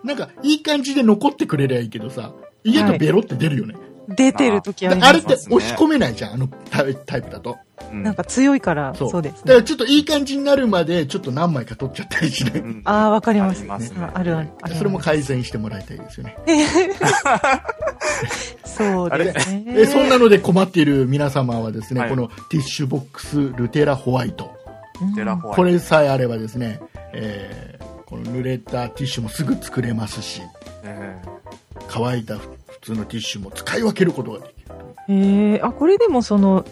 Speaker 2: なんかいい感じで残ってくれりゃいいけどさ意外とベロって出るよね、
Speaker 4: 出てる時あり
Speaker 2: で
Speaker 4: ま
Speaker 2: あ
Speaker 4: す
Speaker 2: れ
Speaker 4: ね
Speaker 2: って押し込めないじゃんあのタイタイプだと
Speaker 3: うん
Speaker 4: なんか強いから、
Speaker 2: そう
Speaker 4: そうです
Speaker 2: だか
Speaker 4: ね。
Speaker 2: らちょっといい感じになるまでちょっと何枚か取っちゃったりしない、
Speaker 3: うん
Speaker 4: ああ、わかります
Speaker 3: ありますね
Speaker 4: ああるある。ある
Speaker 2: それも改善してもらいたいですよね、
Speaker 4: そうですね。
Speaker 2: えそんなので困っている皆様はですね、
Speaker 3: はい
Speaker 2: このティッシュボックスルテラホワイト
Speaker 4: うん
Speaker 3: テラフォワイ
Speaker 2: これさえあればですね、えーこの濡れたティッシュもすぐ作れますし
Speaker 3: え
Speaker 2: 乾いた普通のティッシュも使い分けることができる
Speaker 4: へえ、あ、これでもその、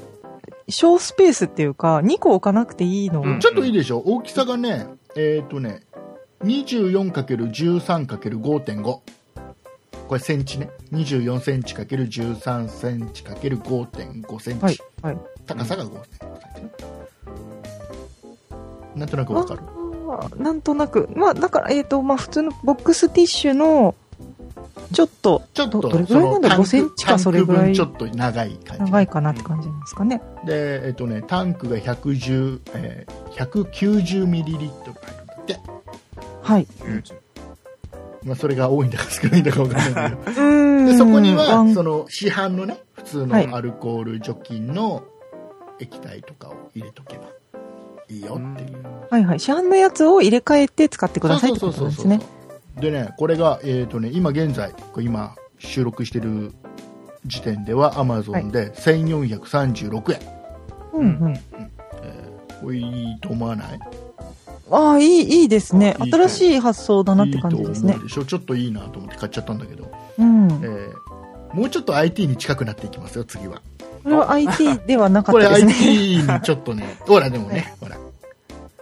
Speaker 4: 小スペースっていうか、2個置かなくていいの。
Speaker 3: うん
Speaker 2: ちょっといいでしょ大きさがね、えっ、とね、24×13×5.5。これセンチね。24センチ ×13 センチ ×5.5 センチ。
Speaker 4: はい。はい。
Speaker 2: 高さが5センチね、なんとなくわかる。
Speaker 4: あーなんとなく。まあ、だから、えっ、と、まあ、普通のボックスティッシュの、ちょっと、
Speaker 2: ちょっと、
Speaker 4: どどれぐらいなんだ
Speaker 2: そのタンク
Speaker 4: 5センチかそれぐらい
Speaker 2: タンク分ちょっと長い感じ。
Speaker 4: 長いかなって感じなんですかね。
Speaker 2: で、えっ、とね、タンクが110、えー、190ミリリットル入るんだって。
Speaker 4: はい。
Speaker 3: え90
Speaker 2: まあ、それが多いんだか少ないんだかわかんないけど。
Speaker 4: うん
Speaker 2: でそこには
Speaker 4: うん
Speaker 2: その市販のね普通
Speaker 4: はい
Speaker 2: のアルコール除菌の液体とかを入れとけばいいよっていう、
Speaker 4: はいはい。市販のやつを入れ替えて使ってくださいって
Speaker 2: そ
Speaker 4: こ
Speaker 2: う
Speaker 4: と
Speaker 2: そ
Speaker 4: な
Speaker 2: うんそうそう
Speaker 4: ですね。
Speaker 2: そうでねこれがえっ、とね今現在これ今収録してる時点ではアマゾンで1436円、
Speaker 4: うんうん。
Speaker 2: これいいと思わない
Speaker 4: ああ、いい、いいですね
Speaker 2: いい。と
Speaker 4: 新しい発想だなって感じです
Speaker 2: いいと思
Speaker 4: ね
Speaker 2: う。でしょちょっといいなと思って買っちゃったんだけど、
Speaker 4: うん。
Speaker 2: えーもうちょっと IT に近くなっていきますよ次は
Speaker 4: これは IT ではなかっ
Speaker 2: これ
Speaker 4: たです
Speaker 2: IT
Speaker 4: ね。
Speaker 2: にちょっと ね、ほらでもね、ほら、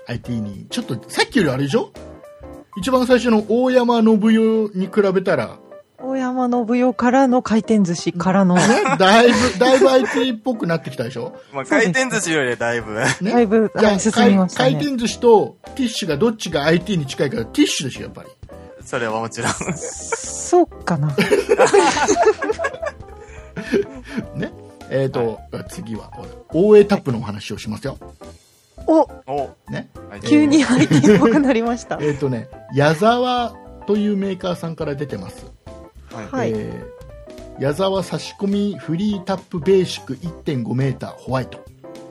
Speaker 2: IT に、ちょっとさっきよりあれでしょ一番最初の大山信代に比べたら、
Speaker 4: 大山信代からの回転寿司からの、だ
Speaker 2: ね、 だいぶ、だいぶ IT っぽくなってきたでしょ
Speaker 3: まあ、回転寿司よりはだいぶ。
Speaker 2: ね。
Speaker 4: いぶ、
Speaker 2: じゃ
Speaker 4: はい
Speaker 2: あ
Speaker 4: 進みました
Speaker 2: 回
Speaker 4: ね。
Speaker 2: 転寿司とティッシュがどっちが IT に近いからティッシュでしょ、やっぱり。
Speaker 3: それはもちろん。
Speaker 4: そうかな。
Speaker 2: ね。えっ、と、次は、ほら大江タップのお話をしますよ。
Speaker 4: お、
Speaker 3: お、
Speaker 2: ね。
Speaker 3: はい
Speaker 4: 急に IT っぽくなりました。
Speaker 2: えっ、とね、矢沢というメーカーさんから出てます、
Speaker 3: はい
Speaker 4: はい
Speaker 2: えー矢沢差し込みフリータップベーシック 1.5m ホワイト、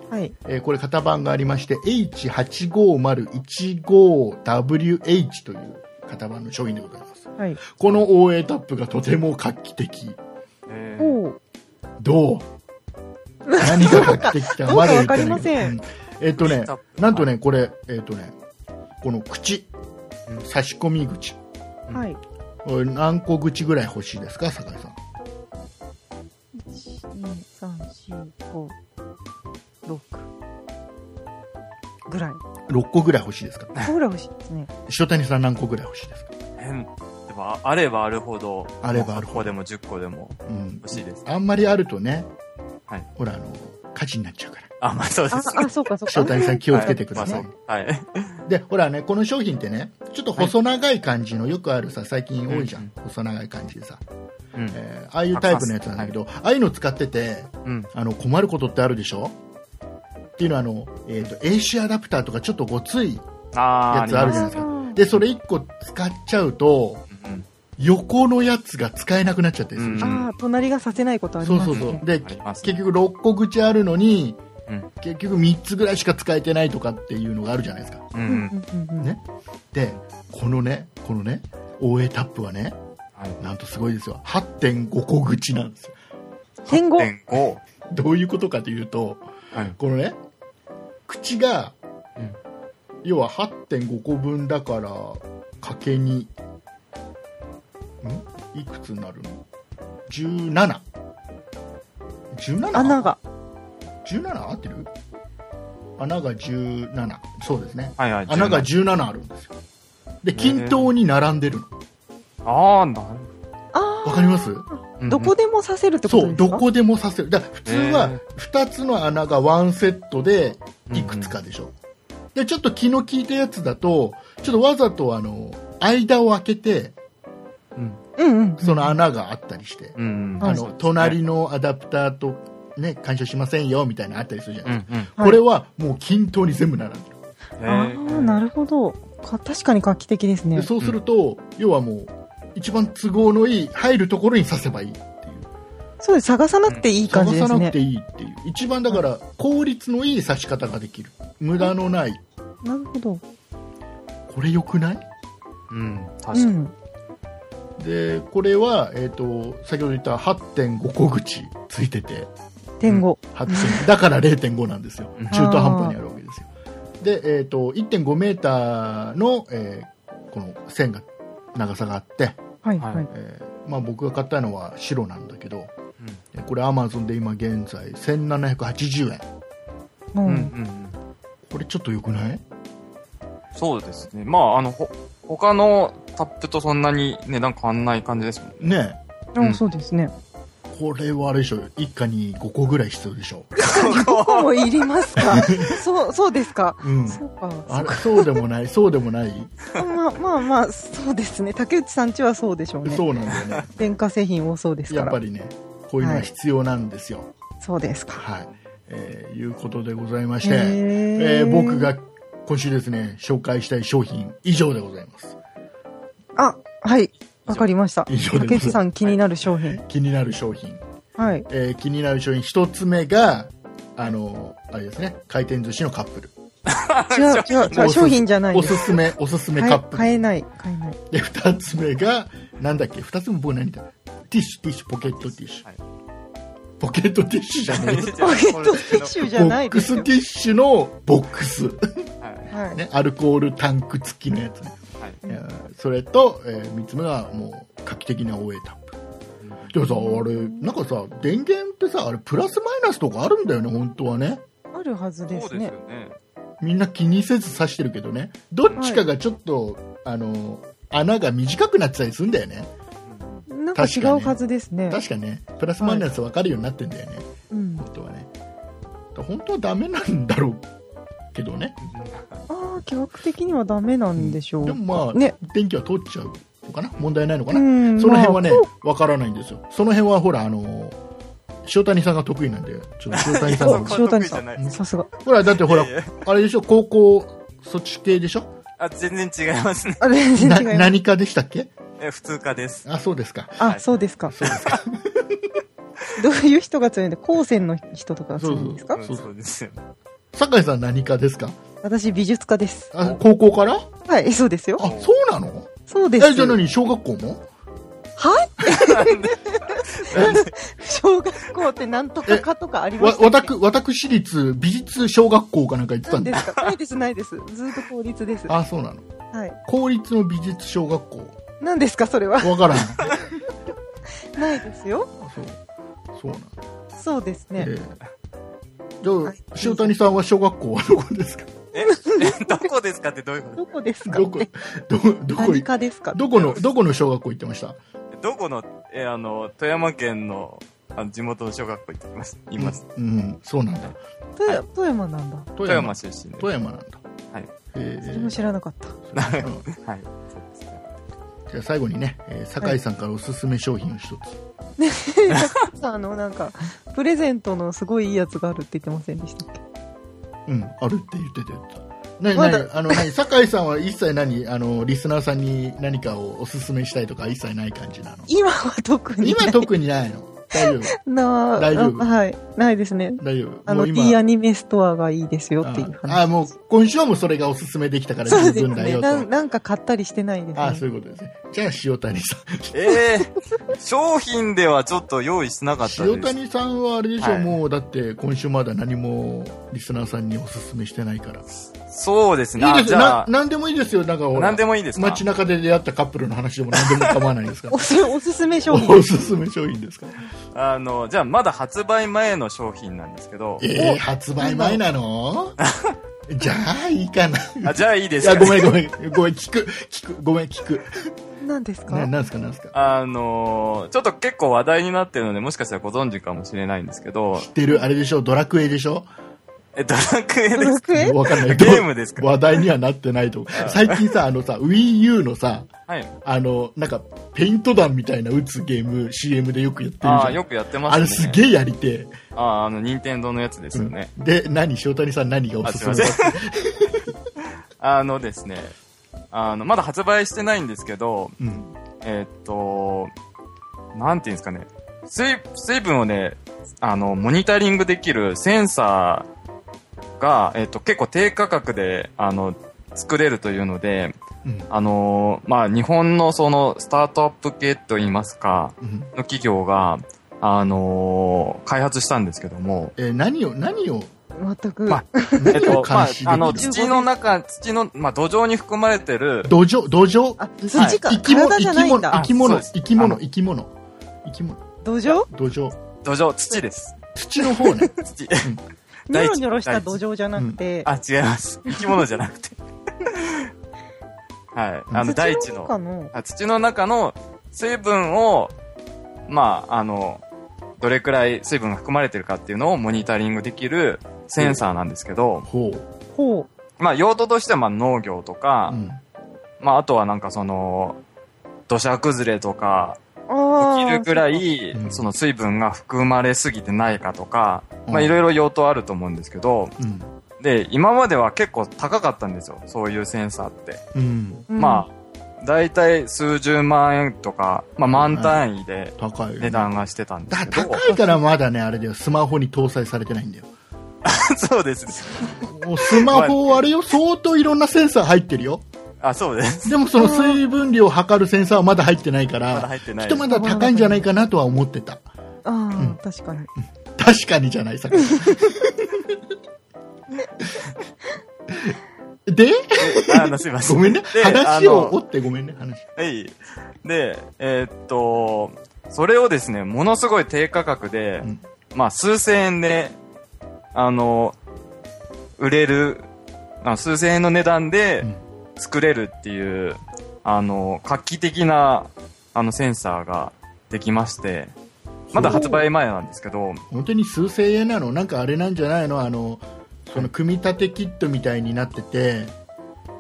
Speaker 4: はい。
Speaker 2: えーこれ型番がありまして H85015WH という型番の商品でございます
Speaker 4: はい。
Speaker 2: この OA タップがとても画期的
Speaker 3: えー
Speaker 4: おう
Speaker 2: どう何が画期的かまだ言ってないけど
Speaker 4: どうかわかりません
Speaker 2: うえっとね
Speaker 3: タップ
Speaker 2: なんとねこれえっとねこの口
Speaker 3: うん
Speaker 2: 差し込み口
Speaker 4: はい。
Speaker 2: これ何個口ぐらい欲しいですか酒井さん
Speaker 4: 一二三四五六ぐらい。
Speaker 2: 6個ぐらい欲しいですか
Speaker 4: これぐらい欲しいですね。
Speaker 2: 塩谷さん何個ぐらい欲しいですか、
Speaker 3: 変でもあればあるほど
Speaker 2: あればある
Speaker 3: 8
Speaker 2: ほ
Speaker 3: 個でも10個でも
Speaker 2: うん
Speaker 3: 欲、しいです
Speaker 2: あんまりあるとね、
Speaker 3: はい
Speaker 2: ほらあの火事になっちゃうから
Speaker 3: あまあそうで
Speaker 4: あ
Speaker 3: す、
Speaker 4: あ、そうか、そう
Speaker 2: 塩
Speaker 4: か。
Speaker 2: 谷さん気をつけてください、
Speaker 3: まあそうはい
Speaker 2: でほらねこの商品ってねちょっと細長い感じのよくあるさ最近多いじゃん、
Speaker 3: うん
Speaker 2: 細長い感じでさ、
Speaker 3: うん
Speaker 2: えーああいうタイプのやつなんだけど、ああいうの使ってて
Speaker 3: うん
Speaker 2: あの困ることってあるでしょっていうのはあの、えー、と AC アダプターとかちょっとごつい
Speaker 3: あー
Speaker 2: やつあるじゃないですかでそれ1個使っちゃうと
Speaker 3: うん
Speaker 2: 横のやつが使えなくなっちゃってるんですよ
Speaker 3: うん
Speaker 4: ああ、隣がさせないことあり
Speaker 2: そう
Speaker 4: ます
Speaker 2: そ
Speaker 4: ね。
Speaker 2: うそう
Speaker 3: あ
Speaker 2: で
Speaker 3: ります
Speaker 2: 結局6個口あるのに、
Speaker 3: うん
Speaker 2: 結局3つぐらいしか使えてないとかっていうのがあるじゃないですか
Speaker 3: うんう
Speaker 4: うんんうんうん
Speaker 2: ねでこのねこのね OA タップはね
Speaker 3: はい
Speaker 2: なんとすごいですよ8.5個口なんですよ
Speaker 4: 戦後。
Speaker 3: 点五
Speaker 2: どういうことかというと
Speaker 3: はい
Speaker 2: このね口が、
Speaker 3: うん
Speaker 2: 要は8.5個分だからかけにんいくつになるの ?17 17
Speaker 4: 穴が。
Speaker 2: 17合ってる穴が17そうですね
Speaker 3: はいはい
Speaker 2: 穴が17あるんですよで均等に並んでるの
Speaker 3: ああなる
Speaker 4: あ
Speaker 2: わかります
Speaker 3: う
Speaker 4: あ、
Speaker 3: ん
Speaker 4: どこでもさせるってこ
Speaker 2: そ
Speaker 4: と
Speaker 2: う
Speaker 4: です
Speaker 2: ど
Speaker 4: か
Speaker 2: こでもさせるだから普通は
Speaker 3: へー
Speaker 2: 2つの穴がワンセットでいくつかでしょ、でちょっと気の利いたやつだとちょっとわざとあの間を空けて
Speaker 3: うん
Speaker 4: うんうん。
Speaker 2: その穴があったりして、
Speaker 3: うんうん
Speaker 2: あ
Speaker 4: そう
Speaker 2: の隣のアダプターとね干渉しませんよみたいなのあったりするじゃな
Speaker 3: う
Speaker 2: い
Speaker 3: んう
Speaker 2: です
Speaker 3: んへ
Speaker 2: か、
Speaker 4: はい
Speaker 2: これはもう均等に全部並んでる
Speaker 4: あ
Speaker 3: ー
Speaker 4: あ、なるほど。か確かに画期的ですね
Speaker 2: で。そうすると、要はもう一番都合のいい入るところに刺せばいいっていう
Speaker 4: そうです。探さなくていい感
Speaker 2: 探
Speaker 4: じ
Speaker 2: さ
Speaker 4: です
Speaker 2: なく
Speaker 4: ね
Speaker 2: て。いいっていう一番だから効率のいい刺し方ができる無駄のない
Speaker 4: なるほど。
Speaker 2: これ良くない
Speaker 3: うん確か
Speaker 4: う
Speaker 3: に
Speaker 4: ん。
Speaker 2: でこれは、えー、と先ほど言った8.5個口ついてて
Speaker 4: 天後。
Speaker 2: 8.5だから0.5なんですよ
Speaker 3: うん
Speaker 2: 中途半端にあるわけですよで、えー、と1.5メーターの、えーこの線が長さがあって、
Speaker 4: はいはい。
Speaker 2: えーまあ、僕が買ったのは白なんだけど、
Speaker 3: うん
Speaker 2: えこれアマゾンで今現在1780円
Speaker 4: う
Speaker 3: うんうん
Speaker 4: ん。
Speaker 3: うん
Speaker 2: これちょっと良くない
Speaker 3: そうですねまああのほ他のタップとそんなに値段変わんない感じですもんね
Speaker 2: ねえ
Speaker 3: うん
Speaker 4: あそうで すね。
Speaker 2: これはあれでしょ一家に5個ぐらい必要でしょ、
Speaker 4: もういりますか そう、そうですか。
Speaker 2: うん、
Speaker 4: そう
Speaker 2: あれ
Speaker 4: か。
Speaker 2: そうでもないそうでもない、
Speaker 4: まあまあまあ、そうですね。竹内さんちはそうでしょうね。
Speaker 2: そうなんだよね
Speaker 4: 電化製品多そう です
Speaker 2: や
Speaker 4: か
Speaker 2: っぱ
Speaker 4: ら。
Speaker 2: りねこういうのは必要なんですよ
Speaker 4: そうですか。
Speaker 2: はい、えーいうことでございまし
Speaker 4: へ
Speaker 2: て、
Speaker 4: ー
Speaker 2: えー僕。が今週ですね紹介したい商品以上でございます
Speaker 4: あ、はい。わかりました。
Speaker 2: 以上でござ
Speaker 4: 竹
Speaker 2: い
Speaker 4: 内
Speaker 2: ます
Speaker 4: さん気になる商品。
Speaker 2: 気になる商品、
Speaker 4: はい。
Speaker 2: えー気になる商品一つ目があのあれですね回転寿司のカップル
Speaker 4: 違う違う違う。商品じゃない
Speaker 2: お
Speaker 4: ですす。
Speaker 2: すめおすすめカッ
Speaker 4: 買え
Speaker 2: プル
Speaker 4: 買えない。買えない。
Speaker 2: で2つ目がなんだっけ2つ目僕何だティッシュティッシュポケットティッシュ、
Speaker 3: はい
Speaker 2: ポケットティッシュじゃ ねえよ
Speaker 4: ポケットティッシュじゃ
Speaker 2: ボ
Speaker 4: な
Speaker 2: ッ
Speaker 4: いで
Speaker 2: ク
Speaker 4: す
Speaker 2: ス
Speaker 4: よ。
Speaker 2: ティッシュのボックス、
Speaker 3: はい
Speaker 4: はい。
Speaker 2: ね、アルコールタンク付きのやつね、
Speaker 3: はい
Speaker 2: えーそれと、え3つ目はもう画期的な OA タップでもさあれなんかさ電源ってさあれプラスマイナスとかあるんだよね本当はね
Speaker 4: あるはずで
Speaker 3: そうです
Speaker 4: す
Speaker 3: よ
Speaker 4: ね。
Speaker 3: ね
Speaker 2: みんな気にせず刺してるけどねどっちかがちょっと、あの穴が短くなってたりするんだよね
Speaker 4: なんか違うはずですね。
Speaker 2: 確かねプラスマイナス分かるようになってんだよね、
Speaker 4: うん。あ
Speaker 2: 本当はね本当はダメなんだろうけどね
Speaker 4: あ、科学的にはダメなんでしょう。
Speaker 2: でもまあ、
Speaker 4: ね。
Speaker 2: 電気は通っちゃうのかな問題ないのか
Speaker 4: う
Speaker 2: な、
Speaker 4: ん。
Speaker 2: その辺はね
Speaker 4: まあ、
Speaker 2: わからないんですよ。その辺はほら、あのー、塩谷さんが得意なんで、ちょっと塩谷さん
Speaker 3: そ
Speaker 2: が
Speaker 3: う
Speaker 4: 塩
Speaker 3: 得
Speaker 4: 谷さ
Speaker 3: 意じゃない
Speaker 4: ん、さすが。
Speaker 2: ほら、だってほら
Speaker 3: いやいや、
Speaker 2: あれでしょ、高校、そっち系でしょ
Speaker 3: あ、全然違いますね。
Speaker 4: あ、全
Speaker 2: な
Speaker 4: 然違います。
Speaker 2: 何かでしたっけ
Speaker 3: え普通科です。
Speaker 2: あ、そうですか。
Speaker 4: あ、そうですか。
Speaker 2: そうです か。
Speaker 4: どういう人が強いんで、高専の人とかが強いんですか
Speaker 3: うんそうですよ。
Speaker 2: 酒井さん何かですか
Speaker 4: 私、美術家です。
Speaker 2: あ高校から
Speaker 4: はい、そうですよ。
Speaker 2: あ、そうなの
Speaker 4: そうです。
Speaker 2: え、じゃあ何小学校も
Speaker 4: はい
Speaker 3: なんで
Speaker 4: 小学校ってなんとかかとかありま
Speaker 2: わ
Speaker 4: し、た
Speaker 2: わ
Speaker 4: っけ
Speaker 2: たく、私立美術小学校かなんか行ってた
Speaker 4: なん
Speaker 2: ん
Speaker 4: で
Speaker 2: だ。
Speaker 4: すかないです、ないです。ずっと公立です。は
Speaker 2: あ、そうなの。
Speaker 4: い。
Speaker 2: 公立の美術小学校。
Speaker 4: 何ですか、それは。
Speaker 2: わからん。あ
Speaker 4: ないですよ。
Speaker 2: そう。そうなの。
Speaker 4: そうですね。
Speaker 2: ええじゃあ、塩谷さんは小学校はどこですか
Speaker 3: え、どこですかってどういうこ
Speaker 4: どこですか
Speaker 2: どこ
Speaker 4: え、
Speaker 2: どこ、どこ
Speaker 4: 何
Speaker 2: い、
Speaker 4: かですか
Speaker 2: どこの、どこの小学校行ってました
Speaker 3: とどこの、え、あの、富山県の、あの、地元の小学校行ってきます。います。
Speaker 2: うん、うんそうなんだ。
Speaker 4: 富山富山なんだ。
Speaker 2: 富
Speaker 3: 富山出身で。
Speaker 2: 富山なんだ。
Speaker 3: はい
Speaker 2: ええ
Speaker 4: それも知らな かった。
Speaker 3: はい。そうですね
Speaker 2: じゃあ最後にね、えー酒井さんからおすすめ商品を一つ。
Speaker 4: さあの、なんか、プレゼントのすごいいいやつがあるって言ってませんでしたっけ
Speaker 2: うん、あるって言ってたやつ。なに
Speaker 4: ま
Speaker 2: な
Speaker 4: だ
Speaker 2: にあの、なに酒井さんは一切何、あの、リスナーさんに何かをおすすめしたいとか一切ない感じなの
Speaker 4: 今は特にない。
Speaker 2: 今特にないの大丈
Speaker 4: な
Speaker 2: 大丈夫
Speaker 4: あはい。ないですね。
Speaker 2: 夫大丈夫
Speaker 4: あの、
Speaker 2: もう
Speaker 4: D アニメストアがいいですよっていう話。
Speaker 2: ああ、もう今週はもうそれがおすすめできたから
Speaker 4: そう
Speaker 2: 十
Speaker 4: です
Speaker 2: 分だ
Speaker 4: ね
Speaker 2: よと。
Speaker 4: なん。なんか買ったりしてないですね。
Speaker 2: ああ、そういうことですね。じゃあ塩谷さん。
Speaker 3: えー、商品ではちょっと用意してなかったです。
Speaker 2: 塩谷さんはあれでしょ、
Speaker 3: はい
Speaker 2: もうだって今週まだ何もリスナーさんにおすすめしてないから。い
Speaker 3: そうですね。
Speaker 2: い
Speaker 3: あ
Speaker 2: です
Speaker 3: じ
Speaker 2: よ。
Speaker 3: ゃ
Speaker 2: な
Speaker 3: あ、
Speaker 2: 何でもいいですよ。なんかほら。
Speaker 3: 何でもいいですか
Speaker 2: 街中で出会ったカップルの話でも何でも構わないですから
Speaker 4: お。すおすすめ商品。
Speaker 2: おすすめ商品ですか
Speaker 3: あの、じゃあ、まだ発売前の商品なんですけど、
Speaker 2: えー、発売前なのじゃあいいかな。い
Speaker 3: あじゃあいいです
Speaker 2: や、
Speaker 3: か、
Speaker 2: ごめんごめん。ごめん、聞く、聞く、ごめん、聞く。
Speaker 4: なんですか
Speaker 2: ななんすかなんすか
Speaker 3: あのーちょっと結構話題になってるので、もしかしたらご存知かもしれないんですけど
Speaker 2: 知、ってるあれでしょドラクエでしょ
Speaker 3: え、ドラクエ
Speaker 4: ド
Speaker 3: で
Speaker 4: ラ
Speaker 3: す。
Speaker 4: クエ
Speaker 2: わかんない
Speaker 3: ゲームですか
Speaker 2: 話題にはなってないと思う。最近さ、あのさ、Wii U のさ、
Speaker 3: はい。
Speaker 2: あの、なんか、ペイント弾みたいな打つゲーム、CM でよくやってるじゃん。
Speaker 3: ああ、よくやってますね。
Speaker 2: あれすげえやりて
Speaker 3: ああ、あの、任天堂のやつですよね。
Speaker 2: え。で、何塩谷さん何がお
Speaker 3: あ、
Speaker 2: すす
Speaker 3: すい
Speaker 2: め
Speaker 3: ま
Speaker 2: だ
Speaker 3: せん。 あのですね、あの、まだ発売してないんですけど、
Speaker 2: うん。
Speaker 3: えーっと、なんていうんですかね、水、水分をね、あの、モニタリングできるセンサーが、えーっと、結構低価格で、あの、作れるというので、
Speaker 2: うん。
Speaker 3: あのーまあ、日本のその、スタートアップ系といいますか、
Speaker 2: うん。
Speaker 3: の企業が、あのー開発したんですけども、
Speaker 2: えー何を、何を、
Speaker 4: 全く。
Speaker 3: まあ えっ
Speaker 2: 何を
Speaker 3: と、ま
Speaker 2: 監
Speaker 3: あ
Speaker 2: 視、でき
Speaker 3: あ
Speaker 2: るの
Speaker 3: の、土の中、土の、まあ、土壌に含まれてる、
Speaker 2: 土壌、土壌。
Speaker 4: あ、土か。
Speaker 2: 生き物、
Speaker 4: 体じゃないんだ
Speaker 2: 生。き物、
Speaker 3: あそうです
Speaker 2: 生き物、
Speaker 3: あの
Speaker 2: 生き物、生き物、
Speaker 4: 土壌
Speaker 2: 土壌。
Speaker 3: 土壌、土です。
Speaker 2: 土の方ね。
Speaker 3: 土。
Speaker 4: ニョロニョロした土壌じゃなくて。
Speaker 3: あ、違います。生き物じゃなくて。 はい。あの、大地
Speaker 4: 土
Speaker 3: の
Speaker 4: 中の。
Speaker 3: あ土の中の水分を、まあ、あの、どれくらい水分が含まれてるかっていうのをモニタリングできるセンサーなんですけど、
Speaker 2: ほう。
Speaker 4: ほう。
Speaker 3: まあ、用途としては、まあ、農業とか
Speaker 2: う、ん。
Speaker 3: まあ、あとはなんかその、土砂崩れとか、
Speaker 4: あ
Speaker 3: 起
Speaker 4: あ。
Speaker 3: きるくら
Speaker 4: そうか。
Speaker 3: い
Speaker 2: うん、
Speaker 3: その水分が含まれすぎてないかとか、ま
Speaker 2: う
Speaker 3: あ、
Speaker 2: ん
Speaker 3: いろいろ用途あると思うんですけど、
Speaker 2: うん。
Speaker 3: で、今までは結構高かったんですよ。そういうセンサーって。
Speaker 2: うん。
Speaker 4: うん
Speaker 3: まあ、だいたい数十万円とか、まあ、万単位で
Speaker 2: 高いよね。
Speaker 3: 値段がしてたんです
Speaker 2: だ
Speaker 3: けど。
Speaker 2: 高いからまだね、あれだよ、スマホに搭載されてないんだよ。
Speaker 3: そうです。
Speaker 2: もうスマホ、あれよ、相当いろんなセンサー入ってるよ。
Speaker 3: あ、そうです。
Speaker 2: でもその水分量を測るセンサーはまだ入ってないか
Speaker 3: まだ
Speaker 2: ら、
Speaker 3: 入って
Speaker 2: き
Speaker 3: な
Speaker 2: っ
Speaker 3: い
Speaker 2: と
Speaker 3: です
Speaker 2: ま。だ高いんじゃないかなとは思ってた。
Speaker 4: ああ、確 かに。
Speaker 2: 確かにじゃ ない、さっきで
Speaker 3: あの、すいません。
Speaker 2: ごめんね。
Speaker 3: で
Speaker 2: 話を
Speaker 3: あ
Speaker 2: 折
Speaker 3: の
Speaker 2: ってごめんね、話。
Speaker 3: はい。で、えーっと、それをですね、ものすごい低価格で、
Speaker 2: うん
Speaker 3: まあ、数千円で、あの、売れる、あ数千円の値段で
Speaker 2: うん
Speaker 3: 作れるっていう、あの、画期的な、あの、センサーができまして、まだ発売前なんですけど、
Speaker 2: 本当に数千円なのなんかあれなんじゃないのあのその組み立てキットみたいになってて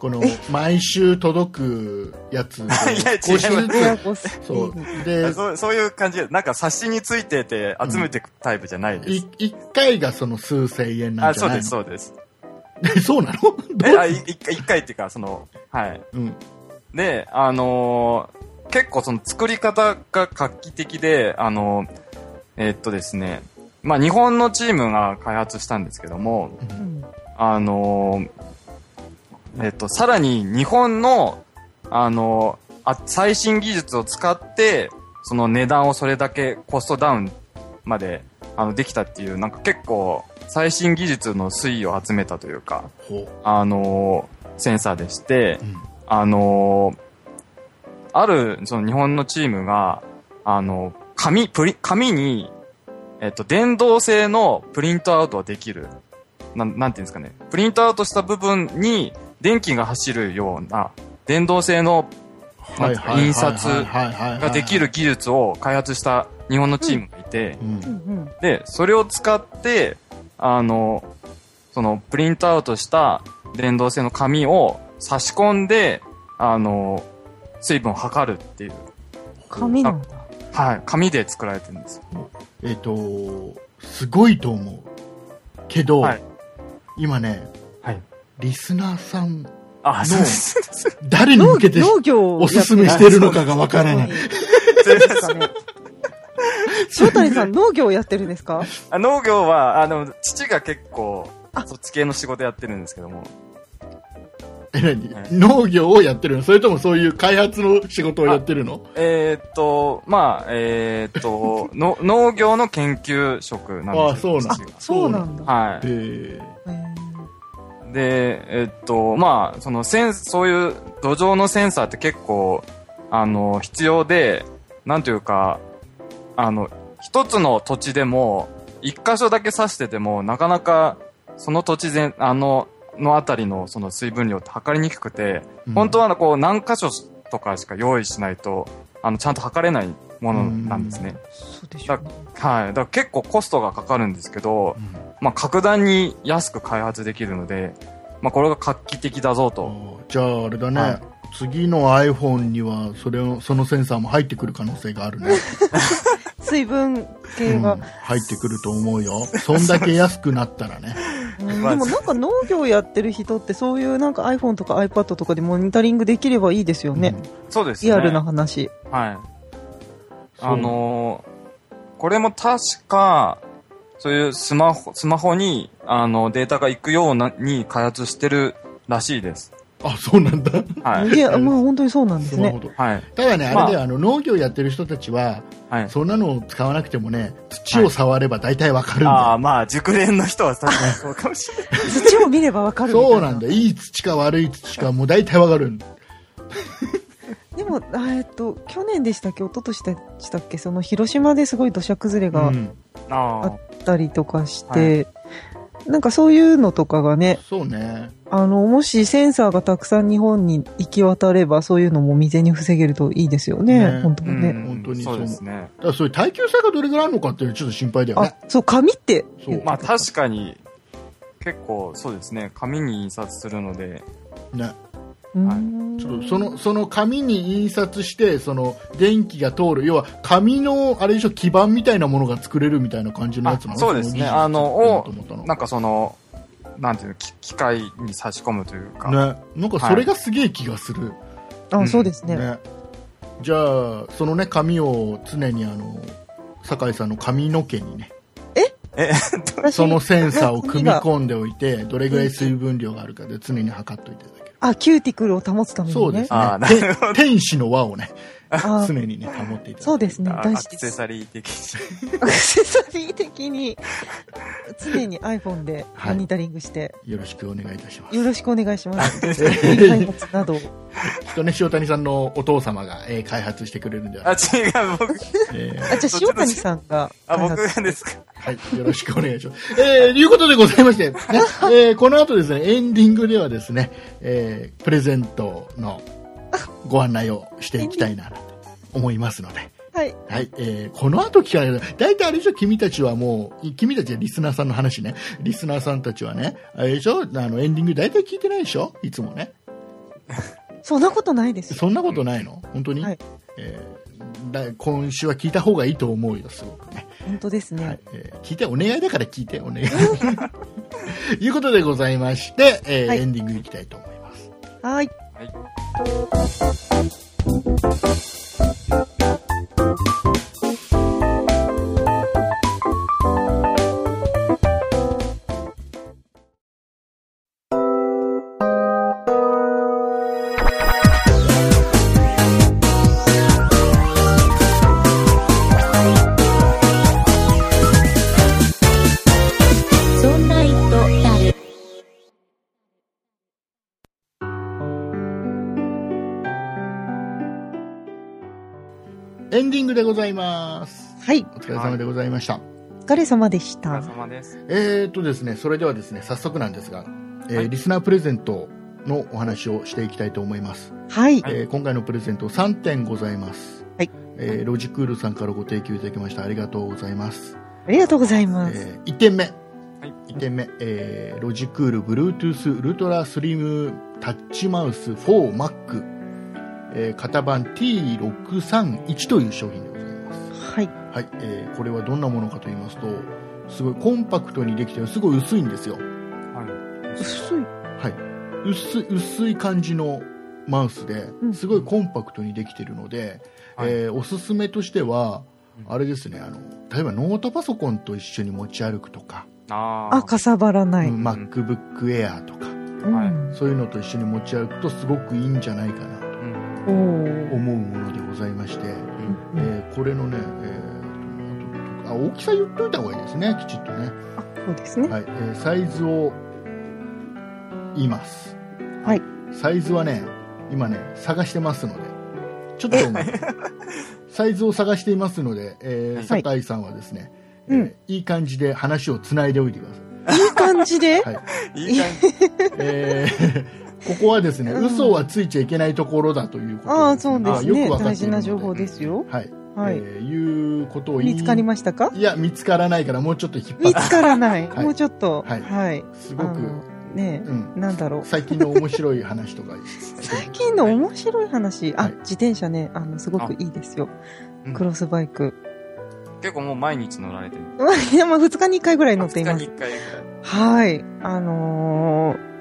Speaker 2: この 毎週届くやつい
Speaker 3: や違います
Speaker 4: 親子スピ
Speaker 2: そう
Speaker 4: ー
Speaker 2: で
Speaker 3: そうそういう感じで、なんか冊子についてて集めていくタイプじゃないです。
Speaker 2: い一回がその数千円なん
Speaker 3: あ、
Speaker 2: じゃ
Speaker 3: そう
Speaker 2: ない
Speaker 3: です、
Speaker 2: の
Speaker 3: そうです。
Speaker 2: そうなの
Speaker 3: え、あ、い一回、一回っていうか、その、はい。
Speaker 2: うん。
Speaker 3: で、あのー結構その作り方が画期的で、あのーえっとですね、まあ日本のチームが開発したんですけども、
Speaker 4: うん
Speaker 3: あのーえっと、さらに日本の、あのーあ最新技術を使って、その値段をそれだけコストダウンまで、あの、できたっていう、なんか結構、最新技術の推移を集めたというか、
Speaker 2: ほ
Speaker 3: あのーセンサーでして
Speaker 2: う。う、ん。
Speaker 3: あのーある、その日本のチームが、あの紙、プリ、紙に、えっと、電動製のプリントアウトができる。なん、なんていうんですかね。プリントアウトした部分に電気が走るような、電動製の
Speaker 2: はいはいはいはいはいはいはい。
Speaker 3: 印刷ができる。技術を開発した日本のチームがいて、
Speaker 2: うん。
Speaker 4: うん
Speaker 3: で、それを使って、あの、そのプリントアウトした電動製の紙を差し込んで、あの、水分を測るっていう、
Speaker 4: 紙なんだ。
Speaker 3: はい、紙で作られてるんですよ。
Speaker 2: えっ、と、すごいと思う。けど、
Speaker 3: はい
Speaker 2: 今ね、
Speaker 3: はい
Speaker 2: リスナーさん、
Speaker 3: あ、そうです。
Speaker 2: 誰に
Speaker 4: 農
Speaker 2: 向けて
Speaker 4: 農業を
Speaker 2: おすすめしてるのかがわからない。
Speaker 4: そうですかね。塩谷 さん、農業をやってるんですか
Speaker 3: あ農業は、あの、父が結構
Speaker 4: あ、
Speaker 3: そっち系の仕事やってるんですけども。
Speaker 2: え何
Speaker 3: はい
Speaker 2: 農業をやってるのそれともそういう開発の仕事をやってるの
Speaker 3: えーっと、まあ、えーっと、 の農業の研究職なんですよ
Speaker 2: あそうなん
Speaker 3: 父が
Speaker 4: そうなんだ。
Speaker 3: はい。
Speaker 2: えー
Speaker 4: へー
Speaker 3: で、えっと、まあ、そのセンそういう土壌のセンサーって結構、あの、必要で、なんというか、あの、一つの土地でも、一箇所だけ刺してても、なかなか、その土地全、あの、のあたりのその水分量って測りにくくて、
Speaker 2: うん
Speaker 3: 本当はこう何箇所とかしか用意しないと、あの、ちゃんと測れないものなんですね。
Speaker 4: そうでしょうね。
Speaker 3: はい。だから結構コストがかかるんですけど
Speaker 2: う、ん
Speaker 3: まあ、格段に安く開発できるので、まあ、これが画期的だぞと。
Speaker 2: あーじゃああれだね、
Speaker 3: はい
Speaker 2: 次の iPhone にはそれをそのセンサーも入ってくる可能性があるね、
Speaker 4: 水分
Speaker 2: う
Speaker 4: 系
Speaker 2: ん
Speaker 4: が。
Speaker 2: 入ってくると思うよそんだけ安くなったらね
Speaker 4: うんでもなんか農業やってる人ってそういうなんか iPhone とか iPad とかでモニタリングできればいいですよね。
Speaker 3: そう ですね。
Speaker 4: リアルな。話。
Speaker 3: はい。
Speaker 2: そう
Speaker 3: あのーこれも確か、そういうスマホ、スマホに、あの、データが行くような、に開発してるらしいです。
Speaker 2: あそうなんだ
Speaker 3: はい。
Speaker 4: いや、まあ本当にそうなんです
Speaker 2: なるほ。
Speaker 4: ね
Speaker 2: ど
Speaker 3: はい。
Speaker 2: ただねあれだよ、
Speaker 3: ま
Speaker 2: あ、の農業やってる人たちは
Speaker 3: はい。
Speaker 2: そんなのを使わなくてもね土を触れば大体わかるんだよ、
Speaker 3: ああ、まあ、熟練の人は確かにそうかもしれ ない。
Speaker 4: 土を見ればわかるみたいな。
Speaker 2: そうなんだよいい土か悪い土かもう大体わかるんだ
Speaker 4: でも、あえっと、去年でしたっけ、一昨年でしたっけ、その広島ですごい土砂崩れが
Speaker 2: う
Speaker 4: あっ
Speaker 2: ん
Speaker 3: ああ。
Speaker 4: たりとかして、なんかそういうのとかがね、
Speaker 2: そうね
Speaker 4: あの、もしセンサーがたくさん日本に行き渡れば、そういうのも未然に防げるといいですよね、
Speaker 2: ね
Speaker 4: 本当
Speaker 3: う
Speaker 4: にね。
Speaker 3: ん、
Speaker 2: 本当にそ
Speaker 3: そううですね。
Speaker 2: だからそういう耐久性がどれぐらいあるのかっていうのはちょっと心配だよね
Speaker 4: あ、そう、紙って。
Speaker 2: そう
Speaker 3: まあ、確かに、結構、そうですね。紙に印刷するので、
Speaker 2: ね
Speaker 4: うーん
Speaker 2: ちょっとそのその紙に印刷してその電気が通る要は紙のあれでしょ基板みたいなものが作れるみたいな感じのやつなの
Speaker 3: あそうですね
Speaker 2: そ技術
Speaker 3: あの
Speaker 2: 作ろうと思ったの
Speaker 3: なんかその、なんていうの、き機械に差し込むというか。
Speaker 2: ね、なんかそれがすげえ気がする、
Speaker 4: あ、そうですね。
Speaker 2: ね、じゃあそのね紙を常にあの酒井さんの髪の毛にね
Speaker 4: 私
Speaker 2: そのセンサーを組み込んでおいてどれぐらい水分量があるかで常に測っておいていただける
Speaker 4: あ、キューティクルを保つためにね。
Speaker 2: そうです
Speaker 3: あーな
Speaker 2: ねて天使の輪をね
Speaker 4: あ
Speaker 2: 常にね保っていただいて
Speaker 4: そうですね。
Speaker 3: あ
Speaker 4: 大
Speaker 3: ア
Speaker 4: 事
Speaker 3: ク
Speaker 4: で
Speaker 3: セ
Speaker 4: す。
Speaker 3: サリー的に。
Speaker 4: アクセサリー的に、常に iPhone で
Speaker 2: はい
Speaker 4: モニタリングして、
Speaker 2: よろしくお願いいたします
Speaker 4: よろしくお願い します。開
Speaker 2: き
Speaker 4: 発な
Speaker 2: っ
Speaker 4: ど。
Speaker 2: とね塩谷さんのお父様が、えー開発してくれるんでは
Speaker 3: あ、
Speaker 2: ない、
Speaker 3: 違う、僕、
Speaker 2: えー
Speaker 4: あ、じゃあ塩谷さんが
Speaker 3: あ、
Speaker 4: 開
Speaker 3: 僕
Speaker 4: 発。
Speaker 3: がですか。
Speaker 2: はい、よろしくお願いします。えー、いうことでございまして、ねえーこの後ですね、エンディングではですね、えープレゼントのご案内をしていきたいなと思いますので、
Speaker 4: はい。
Speaker 2: はい、えーこの後聞かれる。大体あれでしょ、君たちはもう、君たちはリスナーさんの話ね、リスナーさんたちはね、あれでしょ、あの、エンディング大体聞いてないでしょいつもね。
Speaker 4: そんなことないですよ。
Speaker 2: そんなことないの本当に、
Speaker 4: はい
Speaker 2: えーだ今週は聞いた方がいいと思うよ、すごくね。
Speaker 4: 本当ですね。
Speaker 2: はいえー聞いてお願いだから聞いてお願い、いうことでございまして、えー
Speaker 4: はい
Speaker 2: エンディングいきたいと思います。
Speaker 4: はい。
Speaker 3: はい。
Speaker 1: そんな糸だる。
Speaker 2: エンディングでございます。
Speaker 4: はい。
Speaker 2: お疲れ様でございました。
Speaker 4: お疲れ様でし
Speaker 3: お疲
Speaker 4: た
Speaker 3: れ。様です。
Speaker 2: えーとですね、それではですね、早速なんですが、えー
Speaker 3: はい
Speaker 2: リスナープレゼントのお話をしていきたいと思います。
Speaker 4: はい。
Speaker 2: えー今回のプレゼント3点ございます。
Speaker 4: はい
Speaker 2: えーロジクールさんからご提供いただきました。ありがとうございます。
Speaker 4: ありがとうございます。
Speaker 2: えー1点目。
Speaker 3: はい。
Speaker 2: 1点目、えーロジクール Bluetooth ウルトラスリムタッチマウス 4Mac、えー型番 T631 という商品でございます、
Speaker 4: はい。
Speaker 2: はいえーこれはどんなものかと言いますとすごいコンパクトにできてすごい薄いんですよ、
Speaker 3: は
Speaker 4: 薄い。
Speaker 2: はい、薄い薄い感じのマウスで
Speaker 4: うん
Speaker 2: すごいコンパクトにできてるので、
Speaker 3: はい
Speaker 2: えーおすすめとしては
Speaker 3: うん
Speaker 2: あれですねあの例えばノートパソコンと一緒に持ち歩くとか、
Speaker 3: あー
Speaker 4: あ、かさばらない。
Speaker 2: う
Speaker 4: うん
Speaker 2: ん MacBook Air とか
Speaker 4: うん
Speaker 3: はい
Speaker 2: そういうのと一緒に持ち歩くとすごくいいんじゃないかなと
Speaker 3: うん。
Speaker 4: おー
Speaker 2: 思うものでございまして、
Speaker 3: うん
Speaker 2: えーこれのね、えーあとあ大きさ言っといた方がいいですねきちっとね、
Speaker 4: あそうですね。
Speaker 2: はいえーサイズを言います
Speaker 4: はい
Speaker 2: サイズはね今ね探してますのでちょっとお 待ちサイズを探していますので、え
Speaker 3: は
Speaker 2: ー、
Speaker 3: い
Speaker 2: 酒井さんはですね、
Speaker 4: うん
Speaker 2: えーいい感じで話をつないでおいてください
Speaker 4: いい感じで。
Speaker 2: はい
Speaker 3: いい感じ。
Speaker 2: えーここはですね、
Speaker 4: うん
Speaker 2: 嘘はついちゃいけないところだということ
Speaker 4: ああ、そうです
Speaker 2: あ
Speaker 4: ね。
Speaker 2: よくわか
Speaker 4: 大
Speaker 2: ってい
Speaker 4: 事
Speaker 2: るの
Speaker 4: な情報ですよ。
Speaker 2: はい、
Speaker 4: はい
Speaker 2: えーいうことを言い
Speaker 4: 見つかりましたか
Speaker 2: いや見つからないからもうちょっと引っ張
Speaker 4: 見
Speaker 2: っ
Speaker 4: つからない。
Speaker 2: はい
Speaker 4: もうちょっと。
Speaker 2: はい
Speaker 4: はい。
Speaker 2: てす
Speaker 4: あ
Speaker 2: ごく、
Speaker 4: の、ね
Speaker 2: うん
Speaker 4: え、なんだろう。
Speaker 2: 最近の面白い話とか
Speaker 4: 最近の面白い話。
Speaker 2: は
Speaker 4: あ
Speaker 2: い、
Speaker 4: 自転車ね、あの、すごくいいですよ
Speaker 3: う。ん
Speaker 4: クロスバイク。
Speaker 3: 結構もう毎日乗られてる。
Speaker 4: まあ、2日に1回ぐらい乗っていま
Speaker 3: 二
Speaker 4: す。
Speaker 3: 日に1回ぐらい。
Speaker 4: はい。あのー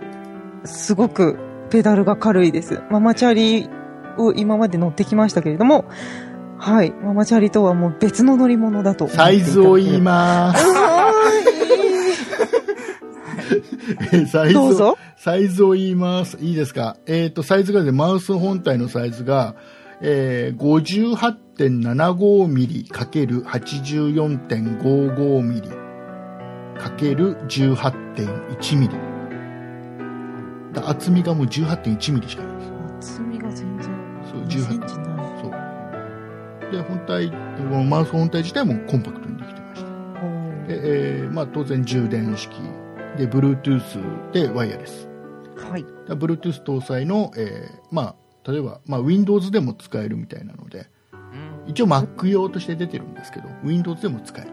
Speaker 4: すごくペダルが軽いです。ママチャリを今まで乗ってきましたけれども、はい。ママチャリとはもう別の乗り物だと思って
Speaker 2: サ
Speaker 4: いただ
Speaker 2: イ
Speaker 4: ければ。。
Speaker 2: ズを言いますサイズ
Speaker 4: どう
Speaker 2: を
Speaker 4: ぞ。
Speaker 2: サイズを言いますいいですかえっ、とサイズがですねマウス本体のサイズが、えー、58.75ミリ ×84.55 ミリ ×18.1ミリだ厚みがもう18.1ミリしかないです
Speaker 4: 厚みが全然
Speaker 2: そう
Speaker 4: 2セン
Speaker 2: 18
Speaker 4: チない。
Speaker 2: そうで本体このマウス本体自体もコンパクトにできてました
Speaker 4: おー
Speaker 2: で、えーまあ、当然充電式で Bluetooth でワイヤレス
Speaker 4: はい。
Speaker 2: だ Bluetooth 搭載の、えーまあ、例えば、まあ、Windows でも使えるみたいなので
Speaker 3: うん。
Speaker 2: 一応 Mac 用として出てるんですけど Windows でも使える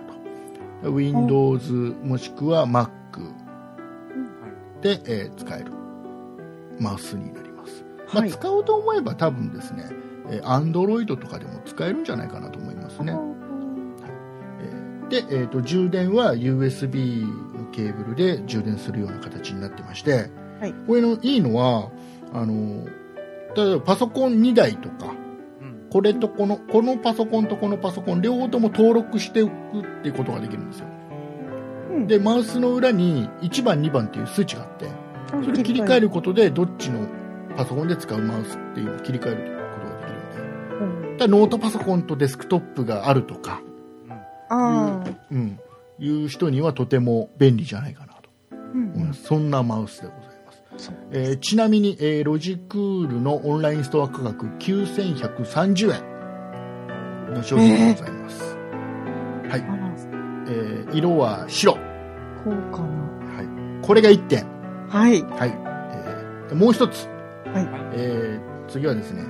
Speaker 2: と Windows もしくは Mac で、えー使えるマウスになります、まあ
Speaker 4: はい。
Speaker 2: 使おうと思えば多分ですねえー Android とかでも使えるんじゃないかなと思いますね、えーで、えー、と充電は USB のケーブルで充電するような形になってまして、
Speaker 4: はい
Speaker 2: これのいいのはあの例えばパソコン2台とか
Speaker 3: うん。
Speaker 2: これとこのこのパソコンとこのパソコン両方とも登録しておくっていうことができるんですよ
Speaker 4: うん
Speaker 2: でマウスの裏に1番2番っていう数値があって
Speaker 4: あ
Speaker 2: それを切り替えることでどっちのパソコンで使うマウスっていうのを切り替えることができるので
Speaker 4: うん
Speaker 2: だからノートパソコンとデスクトップがあるとか
Speaker 4: ああ。
Speaker 2: うん、いう人にはとても便利じゃないかなと
Speaker 4: うん
Speaker 2: 思います、そんなマウスでございます、
Speaker 4: そう
Speaker 2: えーちなみに、えーロジクールのオンラインストア価格9130円の商品でございます、はい、
Speaker 4: あら、
Speaker 2: えー色は白、は
Speaker 4: こうかな。
Speaker 2: い、これが1点、
Speaker 4: はい。
Speaker 2: はいえーもう一つ、
Speaker 4: はい
Speaker 2: えー次はですね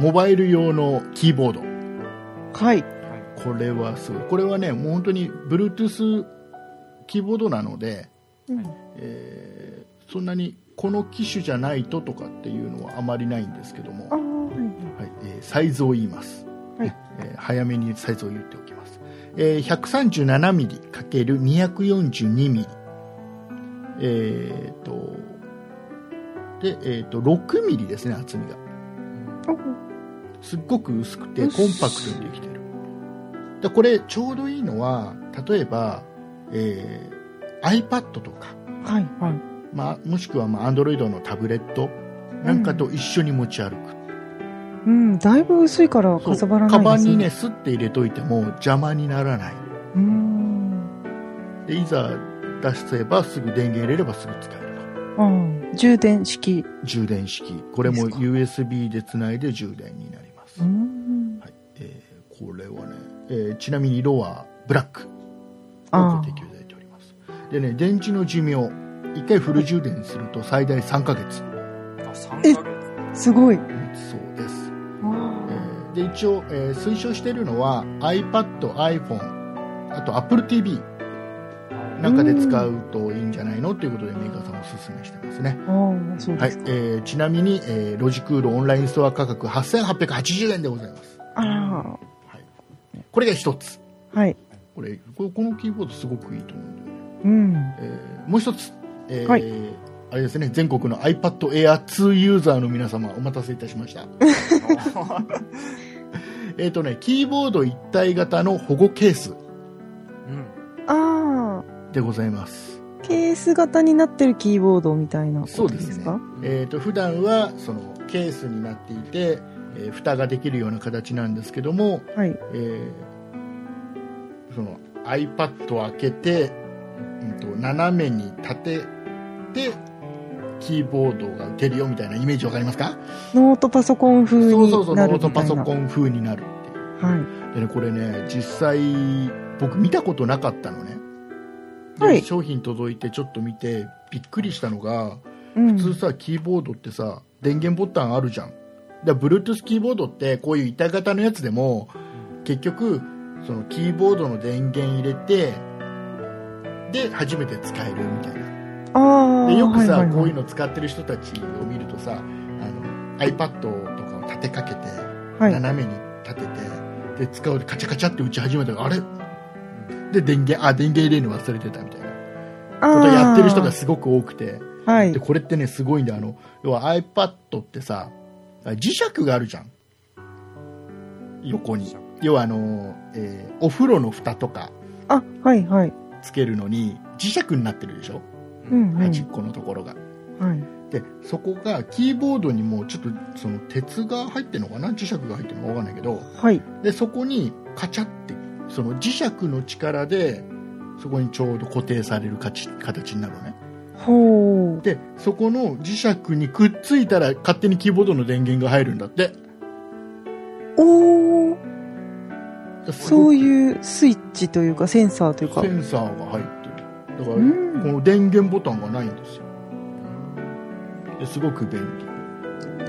Speaker 2: モバイル用のキーボード
Speaker 4: はい。
Speaker 2: これはすごいこれはねもう本当に Bluetooth キーボードなので、
Speaker 4: うん
Speaker 2: えーそんなにこの機種じゃないととかっていうのはあまりないんですけども、
Speaker 4: ああ、
Speaker 2: は
Speaker 4: はい
Speaker 2: えーサイズを言います、
Speaker 4: はい
Speaker 2: えー早めにサイズを言っておきます、えー、137mm×242mm えっ、と、で、えっ、と、6ミリですね、厚みが。すっごく薄くて、コン
Speaker 5: 薄い
Speaker 2: パクトにできてる。だこれ、ちょうどいいのは、例えば、えー iPad とか、
Speaker 4: はいはい。
Speaker 2: まあ、もしくは、まあ、Android のタブレットなんかと一緒に持ち歩く。
Speaker 4: うん、だいぶ薄いから
Speaker 2: そう
Speaker 4: かさばらない
Speaker 2: カバ
Speaker 4: で
Speaker 2: ン
Speaker 4: す
Speaker 2: にね、。スッて入れといても邪魔にならない。
Speaker 4: うん。
Speaker 2: でいざ出せばすぐ電源入れればすぐ使えると
Speaker 4: うん。
Speaker 5: 充電式。
Speaker 2: 充電式これ
Speaker 4: いい
Speaker 2: も
Speaker 4: ですか
Speaker 2: USB でつないで充電になります、
Speaker 4: うん。
Speaker 2: えーこれはね、えーちなみに色はブラックを
Speaker 4: あ
Speaker 2: ご提供いただいておりますでね電池の寿命1回フル充電すると最大3ヶ月
Speaker 3: あ、3
Speaker 4: え
Speaker 3: ヶ月。
Speaker 4: あ、すごい。
Speaker 2: 持つそうです、え
Speaker 4: あ
Speaker 2: ーで一応、えー推奨しているのは iPad、iPhone あと AppleTV なんかで使うといいんじゃないのということでメーカーさんおすすめしてますね
Speaker 4: あ、そう
Speaker 2: はい
Speaker 4: ですか。
Speaker 2: えーちなみに、えーロジクールオンラインストア価格8880円でございます
Speaker 5: あら。
Speaker 2: これが一つ
Speaker 4: はい。
Speaker 2: これこれこのキーボードすごくいいと思うんだよね、
Speaker 4: うん。
Speaker 2: えーもう一つ、えー
Speaker 4: はい
Speaker 2: あれですね全国の iPadAir2 ユーザーの皆様お待たせいたし ましたえっとねキーボード一体型の保護ケース
Speaker 3: うん。
Speaker 5: あ
Speaker 2: でございます
Speaker 5: あ。ケース型になってるキーボードみたいなこと
Speaker 2: そうですね
Speaker 5: か
Speaker 2: えー、と普段はそのケースになっていて、えー蓋ができるような形なんですけども、
Speaker 5: はい。
Speaker 2: えーその iPad を開けて、うん、と斜めに立ててキーボードが打てるよみたいなイメージわかりますか
Speaker 5: ノートパソコン風になる
Speaker 2: そう
Speaker 5: みたいな。
Speaker 2: そうそうノートパソコン風になるっていう
Speaker 5: はい。
Speaker 2: で、ね、これね実際僕見たことなかったのねで
Speaker 5: はい
Speaker 2: 商品届いてちょっと見てびっくりしたのが
Speaker 5: うん
Speaker 2: 普通さキーボードってさ電源ボタンあるじゃんだから Bluetooth キーボードってこういう板型のやつでも結局そのキーボードの電源入れてで初めて使えるみたいな
Speaker 5: ああ。
Speaker 2: でよくさ、
Speaker 5: ははは
Speaker 2: こういうの使ってる人たちを見るとさあの iPad とかを立てかけて、
Speaker 5: はい
Speaker 2: 斜めに立ててで使うでカチャカチャって打ち始めたらあれで電源あ電源入れるの忘れてたみたいなことやってる人がすごく多くて。
Speaker 5: あーはい
Speaker 2: で。これってねすごいんだよあの要は iPad ってさ磁石があるじゃん横に要はあの、えーお風呂の蓋とか
Speaker 5: あ、はいはい。
Speaker 2: つけるのに磁石になってるでしょ
Speaker 5: うんうん。はい。
Speaker 2: 端っこのところが、でそこがキーボードにもちょっとその鉄が入ってるのかな磁石が入ってるのかわかんないけど
Speaker 5: はい。
Speaker 2: でそこにカチャってその磁石の力でそこにちょうど固定されるかち形になるのね
Speaker 5: ほう。
Speaker 2: でそこの磁石にくっついたら勝手にキーボードの電源が入るんだって
Speaker 5: おー。そう
Speaker 2: う
Speaker 5: いうスイッチというか、センサーというか
Speaker 2: セ。ンサーが入ってるだから、
Speaker 5: うん
Speaker 2: この電源ボタンがないんですよですごく便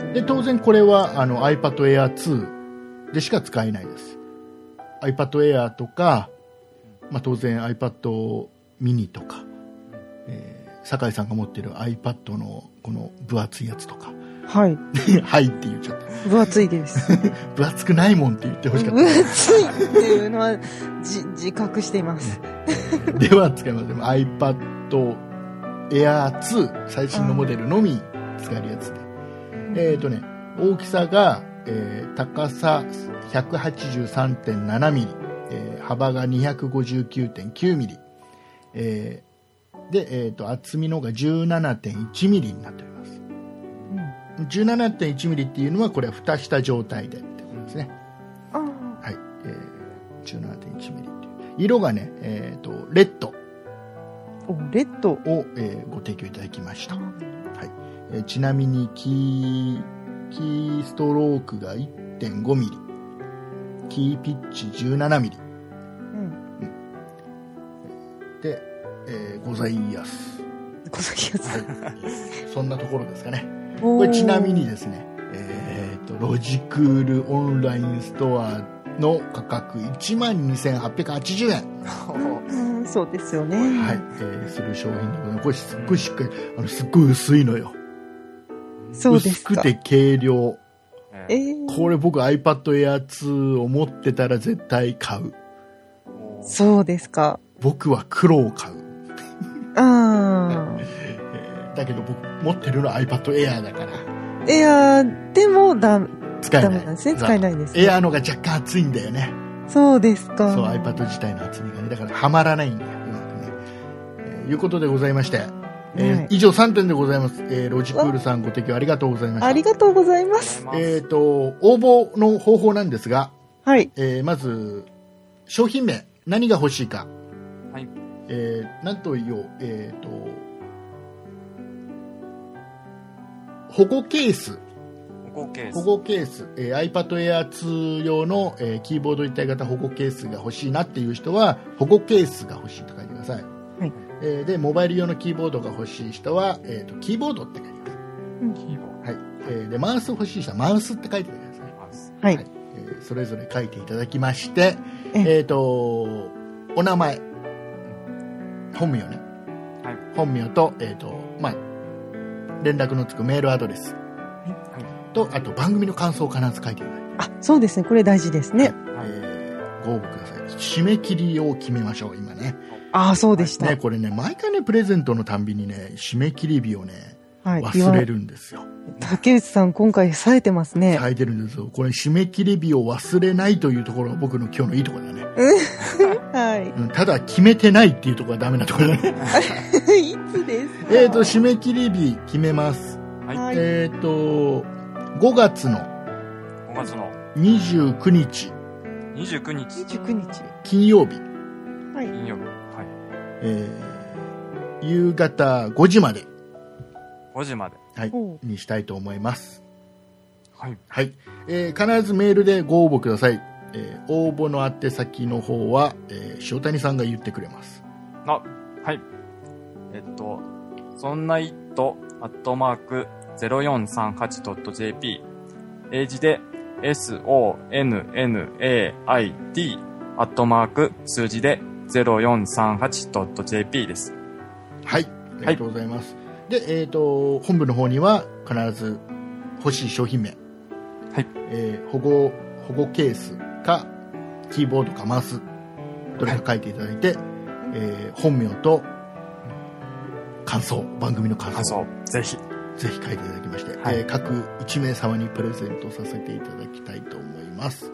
Speaker 2: 利で当然これはあの iPad Air 2でしか使えないです iPad Air とか、まあ、当然 iPad mini とか、えー酒井さんが持ってる iPad のこの分厚いやつとか
Speaker 5: はい。
Speaker 2: はいって言っちゃった
Speaker 5: 分厚い です。
Speaker 2: 分厚くないもんって言ってほしかっ
Speaker 5: 分厚いっていうのは、じ、自覚しています。
Speaker 2: た。では使えません。iPad Air 2最新のモデルのみ使えるやつで。えっ、とね、大きさが、えー高さ183.7ミリ、えー幅が259.9ミリ、えーで、えっ、と、厚みのが17.1ミリになっております。17.1ミリっていうのは、これは蓋した状態でってことですね。
Speaker 5: あ
Speaker 2: はい、えー、17.1ミリっていう色がね、えっ、と、レッド
Speaker 4: お、レッド。
Speaker 2: を、えーご提供いただきました。はい。えーちなみに、キー、キーストロークが1.5ミリ、キーピッチ17ミリ
Speaker 5: うん。
Speaker 2: で、えーございます。
Speaker 5: 小崎やつ。
Speaker 2: そんなところですかね。
Speaker 5: こ
Speaker 2: これちなみに。ですね、えっ、と、ロジクールオンラインストアの価格12,880円。
Speaker 5: うんそうですよね。
Speaker 2: はい、えーする商品でございます。これすっごいしっかり、あの、すっごい薄いのよ。
Speaker 5: そうです
Speaker 2: 薄く
Speaker 5: か。
Speaker 2: て軽量。
Speaker 5: え
Speaker 3: え
Speaker 5: ー
Speaker 2: これ僕 iPad Air 2を持ってたら絶対買う。
Speaker 5: そうですか。
Speaker 2: 僕は黒を買う。
Speaker 5: ああ。
Speaker 2: だけど僕持ってるのは iPad Air だから
Speaker 4: いやー、でもだ、
Speaker 2: 使えな
Speaker 4: ダ
Speaker 2: い
Speaker 4: メなんですね。使えないんです、
Speaker 2: エ
Speaker 4: ね。
Speaker 2: アーのが若干厚いんだよね。
Speaker 4: そうですか。
Speaker 2: そう、iPad 自体の厚みがね。だから、はまらないんだよ。うまくね。えーいうことでございまして、えー
Speaker 4: はい
Speaker 2: 以上3点でございます。えーロジクールさんご提供ありがとうございました。
Speaker 4: ありがとうございます。
Speaker 2: えっ、と、応募の方法なんですが、
Speaker 4: はい。
Speaker 2: えーまず、商品名、何が欲しいか。
Speaker 3: はい
Speaker 2: えーなんと言おう、えっ、と、保護ケース。
Speaker 3: 保護ケー
Speaker 2: 保
Speaker 3: ス。
Speaker 2: 護ケース、えー iPad Air 2用の、えーキーボード一体型保護ケースが欲しいなっていう人は保護ケースが欲しいと書いてください、
Speaker 4: い
Speaker 2: えーでモバイル用のキーボードが欲しい人は、えー、とキーボードって書いてください、はいえーでマウス欲しい人はマウスって書いてください、
Speaker 4: はい。
Speaker 2: えーそれぞれ書いていただきまして
Speaker 4: え
Speaker 2: えっ、とお名前本名ね、
Speaker 3: はい
Speaker 2: 本名と,、えーとまあ、連絡のつくメールアドレス、とあと番組の感想を必ず書いてください
Speaker 4: あ、そうですね。これ大事ですね。
Speaker 2: えーご応募ください締め切りを決めましょう今ね
Speaker 4: ああ、そうでした。
Speaker 2: ねこれね毎回ねプレゼントのたんびにね締め切り日をね
Speaker 4: はい。
Speaker 2: 忘れ
Speaker 4: る。
Speaker 2: るんですよ
Speaker 4: 竹内さん、今回冴えてますね。
Speaker 2: 書いてるんですよこれ締め切り日を忘れないというところが僕の今日のいいところだね、
Speaker 4: はい。
Speaker 2: うん、ただ決めてないっていうところがダメなところだね
Speaker 4: いつですか
Speaker 2: えっと締め切り日決めます、
Speaker 4: はい。
Speaker 2: えっ、と5月の
Speaker 3: 5月の
Speaker 2: 29日
Speaker 3: 29日
Speaker 4: 29日。
Speaker 2: 金曜日、
Speaker 4: はい。
Speaker 3: 金曜日。はい。
Speaker 2: えー夕方5時まで、
Speaker 3: 5時まで。
Speaker 2: はい、
Speaker 4: ほ
Speaker 2: にしたいと思います
Speaker 3: はい。
Speaker 2: はい、えー必ずメールでご応募ください、えー応募の宛先の方は、えー塩谷さんが言ってくれます
Speaker 3: あ、はい。えっと、そんな it アットマーク 0438.jp 英字で sonnait アットマーク数字で 0438.jp です。
Speaker 2: はいありがとうございます、でえっ、と本部の方には必ず欲しい商品名
Speaker 3: はい
Speaker 2: えー保護保護ケースかキーボードかマウスどれか書いていただいて、えー本名と感想番組の感
Speaker 3: 感
Speaker 2: 想
Speaker 3: 想、ぜひ。
Speaker 2: ぜひ書いていただきまして、
Speaker 3: はい
Speaker 2: えー各1名様にプレゼントさせていただきたいと思います。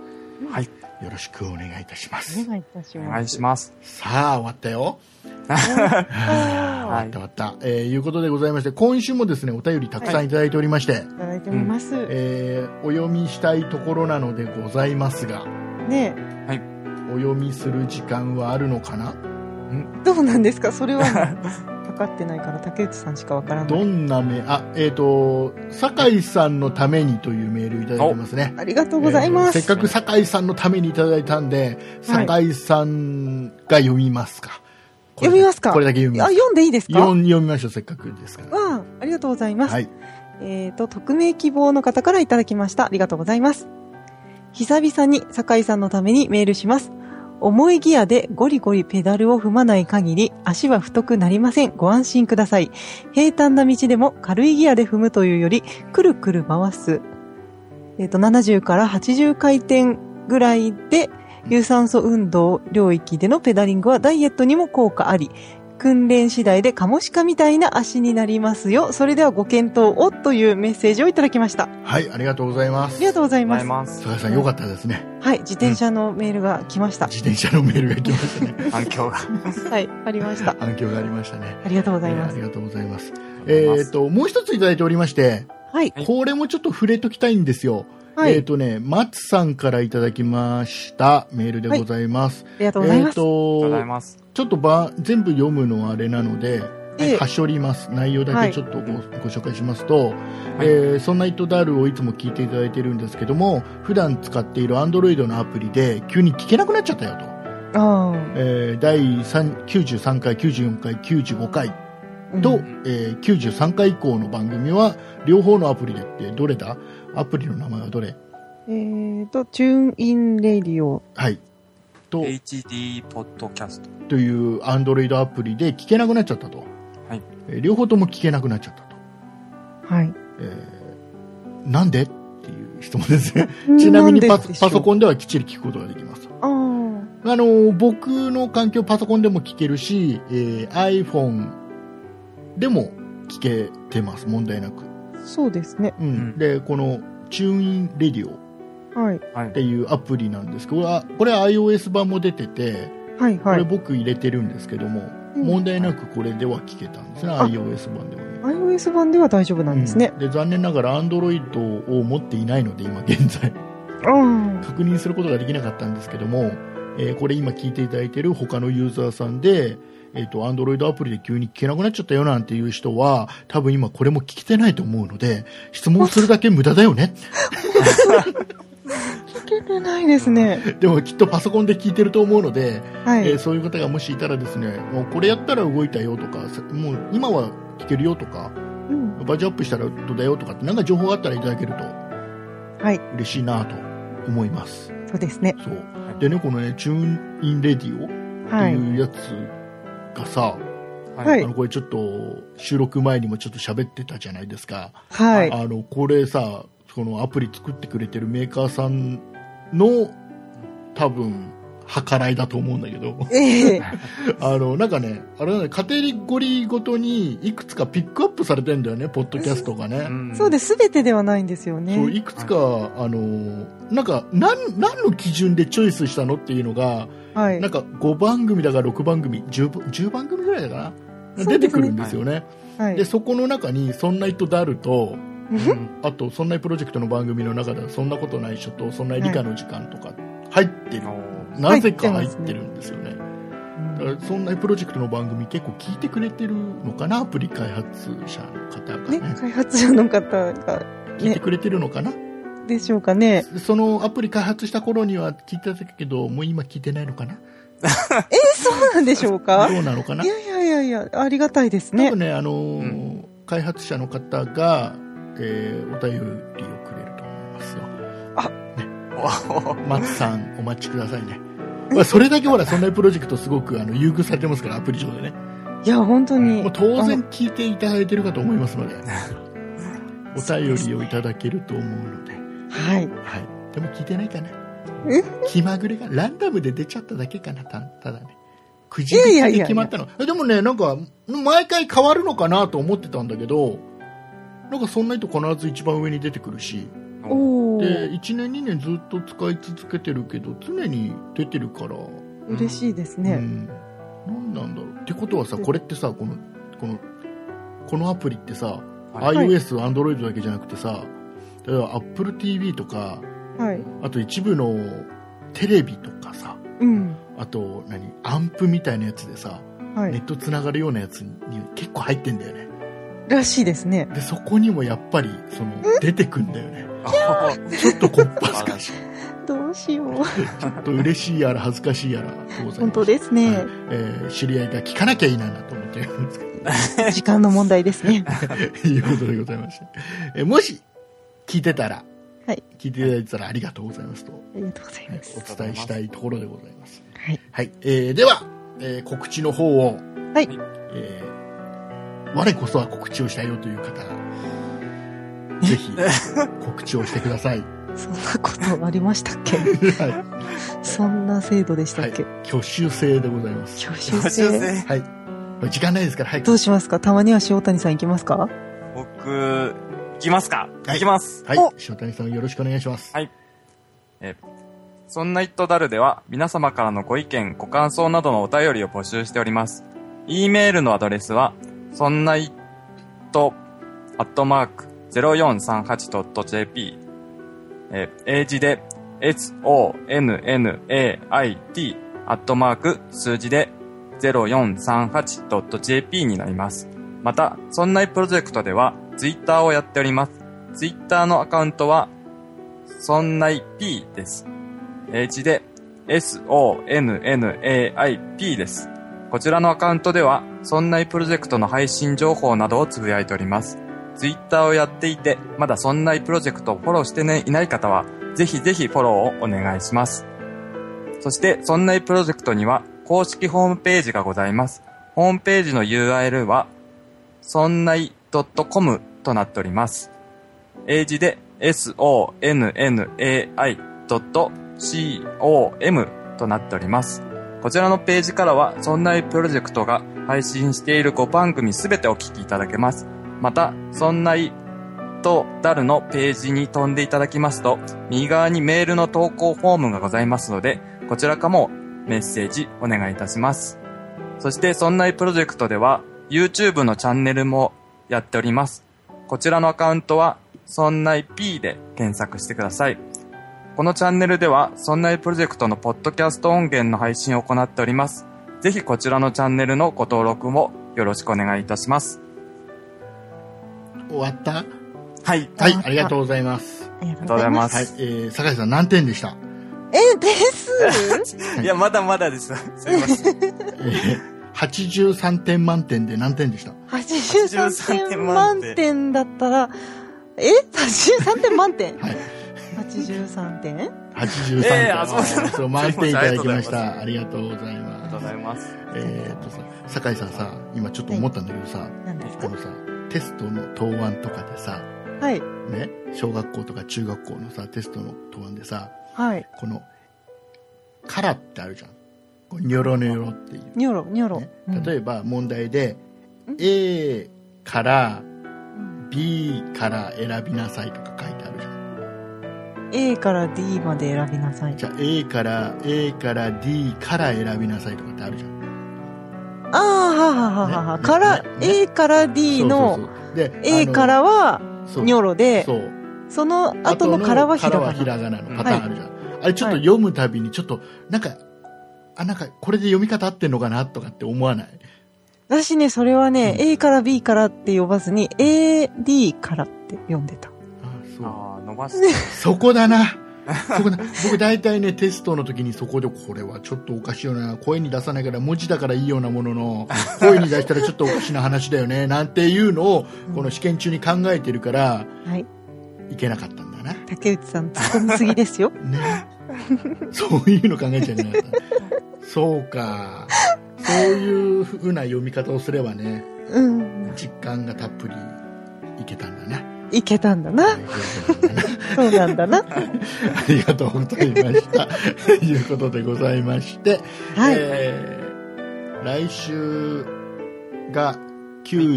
Speaker 3: はい。
Speaker 2: よろしくお願いいたしま
Speaker 4: お
Speaker 2: す。
Speaker 4: 願いいたし
Speaker 3: お
Speaker 4: ま
Speaker 3: 願
Speaker 4: す。
Speaker 3: いします。
Speaker 2: さあ、終わったよ。終わ
Speaker 3: は
Speaker 2: った
Speaker 3: い
Speaker 2: 終わった。えー、いうことでございまして、今週もですね、お便りたくさんいただいておりまして、
Speaker 4: いただいております。
Speaker 2: えーお読みしたいところなのでございますが、
Speaker 4: ね
Speaker 2: お読みする時間はあるのかな
Speaker 4: えどうなんですかそれは、かかってないから、竹内さんしかわからな
Speaker 2: ど
Speaker 4: い。
Speaker 2: んなめ、あ、えっ、と、酒井さんのためにというメールいただいてますね。
Speaker 4: ありがとうございます。
Speaker 2: えーせっかく酒井さんのためにいただいたんで、酒井さんが読みますか。これだ
Speaker 4: 読みますか
Speaker 2: これだけ読みま
Speaker 4: あ、
Speaker 2: す。
Speaker 4: 読んでいいですか
Speaker 2: 読ん読みましょう、せっかくですから。
Speaker 4: わあ、ありがとうございます。
Speaker 2: はい。
Speaker 4: えー、と、匿名希望の方からいただきました。ありがとうございます。久々に酒井さんのためにメールします。重いギアでゴリゴリペダルを踏まない限り足は太くなりません。ご安心ください。平坦な道でも軽いギアで踏むというより、くるくる回す。えっ、と、70から80回転ぐらいで、有酸素運動領域でのペダリングはダイエットにも効果あり、訓練次第でカモシカみたいな足になりますよ。それではご検討をというメッセージをいただきました。あ
Speaker 2: はい、ありがとうございます。
Speaker 4: りがとうござい
Speaker 3: ござ
Speaker 4: ま
Speaker 3: い
Speaker 4: す。
Speaker 3: ます。
Speaker 2: 酒井さん、よかったですね。
Speaker 4: はい、自転車のメールが来ました。
Speaker 2: 自転車のメールが来ましたね。
Speaker 3: 反響が。
Speaker 4: はい、ありました。
Speaker 2: 反響がありましたね。
Speaker 4: ありがとうご
Speaker 2: え
Speaker 4: ざい
Speaker 2: ー
Speaker 4: ま
Speaker 2: あ
Speaker 4: す
Speaker 2: り。がとうございます。えっ、と、もう一ついただいておりまして、
Speaker 4: はい、
Speaker 3: はい
Speaker 2: これもちょっと触れときたいんですよ。
Speaker 4: は
Speaker 2: えっ、
Speaker 4: い、
Speaker 2: とね、松さんからいただきましたメールでございます。
Speaker 4: ありがとうござい
Speaker 2: えっ、
Speaker 4: ま
Speaker 3: あり
Speaker 4: す。
Speaker 3: がとうご
Speaker 2: と
Speaker 3: ざい、ます。
Speaker 2: ちょっとば全部読むのはあれなので、
Speaker 4: ええ
Speaker 2: はしょります。内容だけちょっとご,、ご紹介しますと、えーそんな糸ダールをいつも聞いていただいてるんですけども、普段使っている Android のアプリで急に聞けなくなっちゃったよと。
Speaker 4: あ
Speaker 2: えー第3 93回、94回、95回
Speaker 4: ー
Speaker 2: と、
Speaker 4: うん
Speaker 2: えー93回以降の番組は、両方のアプリでってどれだアプリの名前はどれ
Speaker 4: えっ、と、チューンインレディオ。
Speaker 2: はい。と、
Speaker 3: HD ポッドキャスト。
Speaker 2: という Android アプリで聞けなくなっちゃったと。
Speaker 3: はい
Speaker 2: えー両方とも聞けなくなっちゃったと。
Speaker 4: はい。
Speaker 2: えーなんでっていう質問です ね。ちなみにパパソコ
Speaker 4: ン。
Speaker 2: ンではきっちり聞くことができます。
Speaker 4: ああ、
Speaker 2: あのー、僕の環境パソコンでも聞けるし、えー iPhone でも聞けてます問題なく、
Speaker 5: そうですね。
Speaker 2: うん
Speaker 3: うん
Speaker 2: でこのチューインレディオ
Speaker 5: はい。
Speaker 3: はい
Speaker 2: っていうアプリなんですけどこれはこれは iOS 版も出てて
Speaker 5: はい
Speaker 2: こ
Speaker 5: は
Speaker 2: れ
Speaker 5: い。
Speaker 2: 僕入れてるんですけど
Speaker 5: う
Speaker 2: も、
Speaker 5: ん
Speaker 2: 問題なくこれでは聞けたんですね、
Speaker 5: あ
Speaker 2: iOS 版ではね
Speaker 5: iOS 版では大丈夫なんですね。
Speaker 2: うんで残念ながら Android を持っていないので今現在
Speaker 5: うん。
Speaker 2: 確認することができなかったんですけども、えーこれ今聞いていただいてる他のユーザーさんで、えっ、と、Android アプリで急に聞けなくなっちゃったよなんていう人は、多分今これも聞けてないと思うので、質問するだけ無駄だよね。
Speaker 5: 聞けてないですね。
Speaker 2: でもきっとパソコンで聞いてると思うので、
Speaker 5: は
Speaker 2: えー
Speaker 5: い。
Speaker 2: そういう方がもしいたらですね、もうこれやったら動いたよとか、さもう今は聞けるよとか、
Speaker 5: うん
Speaker 2: バージョンアップしたらどうだよとかってなんか情報があったらいただけると
Speaker 5: はい。
Speaker 2: 嬉しいなと思います。
Speaker 5: そうですね。
Speaker 2: そう。でね、このね、チューンインレディオっ
Speaker 5: は
Speaker 2: て
Speaker 5: い。
Speaker 2: いうやつがさ、
Speaker 5: はい
Speaker 2: あのこれちょっと収録前にもちょっと喋ってたじゃないですか、
Speaker 5: はい。
Speaker 2: あのこれさこのアプリ作ってくれてるメーカーさんの多分計らいだと思うんだけど
Speaker 5: ええ
Speaker 2: あのなんかねあれだねカテゴリーごとにいくつかピックアップされてんだよねポッドキャストがね、
Speaker 3: ん
Speaker 5: そうです。すべてではないんですよね。
Speaker 2: そういくつか、あのなんか何何の基準でチョイスしたのっていうのが
Speaker 5: はい
Speaker 2: なん。か5番組だか6番組 10, ぶ10番組ぐらいだか
Speaker 5: そ
Speaker 2: な、
Speaker 5: うですね
Speaker 2: 出てくるんですよね、
Speaker 5: はい
Speaker 2: で。そこの中に「そんないとダル」と
Speaker 3: うん
Speaker 2: あと「そんないプロジェクト」の番組の中では「そんなことないっしょ」と「そんない理科の時間」とか入ってる、
Speaker 3: お
Speaker 2: なぜか
Speaker 5: 入
Speaker 2: 入っ
Speaker 5: ってますね
Speaker 2: てるんですよねだからそんないプロジェクトの番組結構聞いてくれてるのかなアプリ開発者の方がね
Speaker 5: ね、開発者の方が
Speaker 2: 聞いてくれてるのかな、
Speaker 5: でしょうかね。
Speaker 2: そのアプリ開発した頃には聞いてたけどもう今聞いてないのかな
Speaker 5: え、そうなんでしょうか
Speaker 2: どうなのかない
Speaker 5: やいやいやいや、ありがたいです
Speaker 2: 多
Speaker 5: ね
Speaker 2: 分。ね、あのー
Speaker 3: う
Speaker 2: 開発者の方が、えーお便りをくれると思いますよ。
Speaker 3: ー
Speaker 2: 松さ ん、お待ちくださいね。まあ、それだけほら、そんなプロジェクトすごくあの優遇されてますから、アプリ上でね。
Speaker 5: いや、本当
Speaker 2: も
Speaker 5: に
Speaker 2: う。当然聞いていただいてるかと思いますの で、お便りをいただけると思うので。
Speaker 5: はい。
Speaker 2: はい。でも聞いてないかな
Speaker 5: え。
Speaker 2: 気まぐれが、ランダムで出ちゃっただけかな、たただね。くじ
Speaker 5: いやいやい
Speaker 2: 引き
Speaker 5: やい
Speaker 2: で
Speaker 5: や
Speaker 2: 決まったの。えでもね、なんか、毎回変わるのかなと思ってたんだけど、なんかそんな人必ず一番上に出てくるし、
Speaker 3: お
Speaker 5: お
Speaker 2: で、
Speaker 5: ー。
Speaker 2: 1年2年ずっと使い続けてるけど、常に出てるから、
Speaker 5: 嬉しいです
Speaker 2: う
Speaker 5: ね。
Speaker 2: ん。なんなんだろう。ってことはさ、これってさ、この、この、このアプリってさ、
Speaker 3: はい
Speaker 2: iOS、Android だけじゃなくてさ、例えば Apple TV とか、
Speaker 5: はい。
Speaker 2: あと一部のテレビとかさ、
Speaker 5: うん。
Speaker 2: あと何、アンプみたいなやつでさ、
Speaker 5: は
Speaker 2: ネ
Speaker 5: い。
Speaker 2: ットつながるようなやつに結構入ってんだよね。
Speaker 5: らしいですね。
Speaker 2: で、そこにもやっぱり、その、出てくんだよね。
Speaker 3: あ
Speaker 2: ちょっとこっぱずかしい。
Speaker 5: どうしよう。
Speaker 2: ちょっと嬉しいやら恥ずかしいやら、当然。
Speaker 5: 本当ですね。
Speaker 2: えー知り合いが聞かなきゃいいななと思ってるん ですけ
Speaker 5: 時間の問題ですね。
Speaker 2: ど、いうことでございまして。えーもし、聞いてたら、
Speaker 5: はい
Speaker 2: 聞いていただいてたらありがとうございますと、は
Speaker 5: ありがとうござい
Speaker 2: い
Speaker 5: ます。
Speaker 2: お伝えしたいところでございます。
Speaker 5: はい。
Speaker 2: はい、えーでは、えー告知の方を、
Speaker 5: はい
Speaker 2: えー我こそは告知をしたいよという方、ぜひ告知をしてください。
Speaker 5: そんなことありましたっけ
Speaker 2: は
Speaker 5: そんな制度でし
Speaker 2: い、
Speaker 5: た
Speaker 2: は
Speaker 5: っ
Speaker 2: い
Speaker 5: け、
Speaker 2: 挙手制 でございます。
Speaker 5: 挙手
Speaker 3: ー女
Speaker 5: 制。
Speaker 3: 性
Speaker 2: はい、これ時間ないですから、はい、
Speaker 5: どうしますかたまには塩谷さん行きますか
Speaker 3: 僕、行きますか
Speaker 2: はい
Speaker 3: 行きます。
Speaker 2: はい
Speaker 5: お、
Speaker 2: 塩谷さんよろしくお願いします。
Speaker 3: はいそんな「イットダル」では皆様からのご意見、ご感想などのお便りを募集しております。e メールのアドレスは、そんな it、アットマーク、0438.jp、えー、英字で、sonnait、アットマーク、数字で、0438.jp になります。また、そんないプロジェクトでは、ツイッターをやっております。ツイッターのアカウントは、そんない P です。英字で SONNAIP です。こちらのアカウントでは、そんないプロジェクトの配信情報などをつぶやいております。ツイッターをやっていて、まだそんないプロジェクトをフォローして、ね、いない方は、ぜひぜひフォローをお願いします。そして、そんないプロジェクトには、公式ホームページがございます。ホームページの URL は、そんない .com となっております。英字で sonnai.com となっております。こちらのページからは、そんなプロジェクトが配信している5番組すべてお聞きいただけます。また、そんないとダルのページに飛んでいただきますと、右側にメールの投稿フォームがございますので、こちらかもメッセージお願いいたします。そして、そんないプロジェクトでは、YouTube のチャンネルもやっております。こちらのアカウントは、そんない P で検索してください。このチャンネルでは、そんないプロジェクトのポッドキャスト音源の配信を行っております。ぜひこちらのチャンネルのご登録もよろしくお願いいたします。
Speaker 2: 終わった
Speaker 3: はい。
Speaker 2: はい、ありがとうございます。
Speaker 4: ありがと
Speaker 3: うございま
Speaker 2: はい
Speaker 3: す、
Speaker 2: えー、酒井さん何点でした
Speaker 4: え、です。
Speaker 3: いや、まだまだです。すいません。
Speaker 2: えー ?83 点満点で何点でした
Speaker 4: 83
Speaker 3: 83
Speaker 4: 点
Speaker 3: 点
Speaker 4: 満
Speaker 3: 満点
Speaker 4: 点だったら、え ?83 点満点
Speaker 2: はい。
Speaker 4: ?83 点
Speaker 2: 83点。
Speaker 3: えーあそうなんだ
Speaker 2: そう満点いただきまし
Speaker 3: あ
Speaker 2: た。ありがとうござい
Speaker 3: あり
Speaker 2: ま
Speaker 3: がとう
Speaker 2: す
Speaker 3: ご。ざいます。
Speaker 2: えーっとさ、酒井さんさ、今ちょっと思ったんだけどさ、
Speaker 4: なんです
Speaker 2: あ
Speaker 4: か
Speaker 2: のさ、テストの答案とかでさ、
Speaker 4: はい。
Speaker 2: ね、小学校とか中学校のさ、テストの答案でさ、
Speaker 4: はい。
Speaker 2: この、カラってあるじゃん。こうニョロニョロっていう。
Speaker 4: ニョロ、ニョロ。
Speaker 2: ね
Speaker 6: うん
Speaker 2: 例えば問題で、
Speaker 4: うん
Speaker 2: A から
Speaker 4: うん
Speaker 2: B から選びなさいとか書いてあるじゃん。
Speaker 4: A から D まで選びなさい。
Speaker 2: じゃあ A から A から D から選びなさいとかってあるじゃん。
Speaker 4: ああ、ははははは。
Speaker 2: ね
Speaker 4: から、
Speaker 2: ねね
Speaker 4: A から D
Speaker 2: そう
Speaker 4: の、
Speaker 2: そうそうで
Speaker 4: A か
Speaker 2: あ
Speaker 4: らは
Speaker 2: のそう
Speaker 4: ニョロで、
Speaker 2: そう
Speaker 4: その後のからはひら
Speaker 2: 後の
Speaker 4: が
Speaker 2: からはひらが
Speaker 4: な。
Speaker 2: なのパターンあるじゃん、あれちょっと読むたびにちょっとなんか、あなんかこれで読み方合ってんのかなとかって思わない
Speaker 4: 私ね、それはね、A から B からって呼ばずに、A、D からって呼んでた。
Speaker 2: あそう
Speaker 3: ああ、伸ばして。
Speaker 2: そこだなそこだ僕大体ねテストの時にそこでこれはちょっとおかしいよな声に出さないから文字だからいいようなもの の声に出したらちょっとおかしな話だよねなんていうのをこの試験中に考えてるから
Speaker 4: はい。
Speaker 2: いけなかったんだな
Speaker 4: 竹内さん、突っ込みす ぎですよ。
Speaker 2: ね、そういうの考えちゃいけなかったそうかそういうふうな読み方をすればね
Speaker 4: うん。
Speaker 2: 実感がたっぷりいけたんだな
Speaker 4: いけたんだな。そうなん だな。
Speaker 2: ありがとうございましたということでございまして、
Speaker 4: はい。
Speaker 2: えー来週が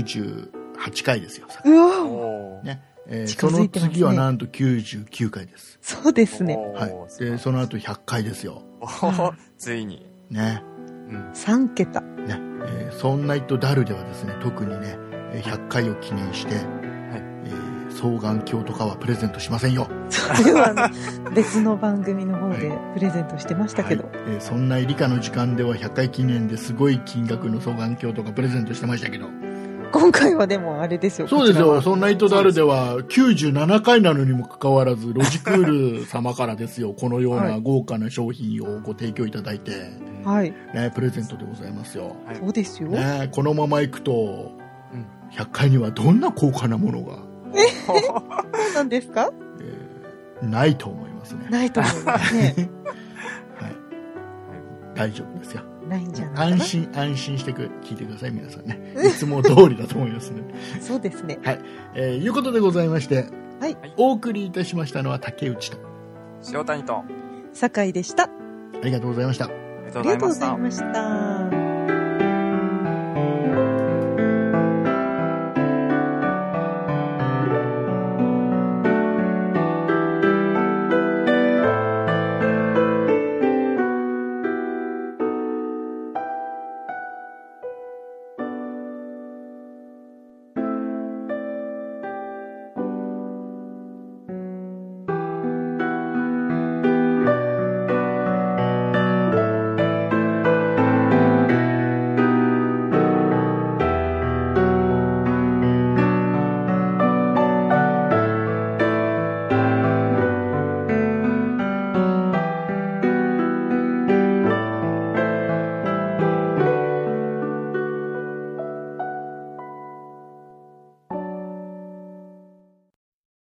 Speaker 2: 98回ですよ、
Speaker 4: うお
Speaker 3: おー
Speaker 2: ねえー
Speaker 4: 近
Speaker 2: そ
Speaker 4: づ
Speaker 2: の
Speaker 4: いてますね
Speaker 2: 次はなんと99回です、
Speaker 4: そうですね。
Speaker 3: おー
Speaker 2: はい、でその後100回ですよ
Speaker 3: おーついに。
Speaker 2: ね
Speaker 3: うん。
Speaker 4: 3桁。
Speaker 2: ね、えーそんなイットダルではですね、特にね、えー100回を記念して、えー双眼鏡とかはプレゼントしませんよ。
Speaker 4: それはあの別の番組の方でプレゼントしてましたけど。
Speaker 2: はいえーそんな理科の時間では100回記念ですごい金額の双眼鏡とかプレゼントしてましたけど。
Speaker 4: 今回はでもあれですよ。
Speaker 2: そうですよ、
Speaker 4: こち
Speaker 2: そんなイットダルでは97回なのにもかかわらず、ロジクール様からですよ、このよう
Speaker 4: は
Speaker 2: な豪華な商品をご提供いただいて、
Speaker 4: らは。はい。
Speaker 2: ね、プレゼントでございますよ。
Speaker 3: はい
Speaker 4: そうですよ。
Speaker 2: ね、このままいくと
Speaker 3: うん、
Speaker 2: 100回にはどんな高価なものが
Speaker 4: そうなんですか
Speaker 2: えーないと思いますね。
Speaker 4: ないと思いま すね。
Speaker 2: はい。大丈夫ですよ。
Speaker 4: ないんじゃないか
Speaker 2: 安
Speaker 4: な。
Speaker 2: 心、安心してく、聞いてください、皆さんね。いつも通りだと思いますね。
Speaker 4: そうですね。
Speaker 2: えーいうことでございまして、
Speaker 4: はい
Speaker 2: お送りいたしましたのは竹内と。
Speaker 3: 塩谷と、あ
Speaker 4: 酒井でした。
Speaker 2: ありがとうございました。
Speaker 3: りが
Speaker 4: あ
Speaker 3: とう
Speaker 4: り
Speaker 3: ござ
Speaker 4: が
Speaker 3: い
Speaker 4: とう
Speaker 3: ま
Speaker 4: ご
Speaker 3: し
Speaker 4: ざ
Speaker 3: た
Speaker 4: い。ました。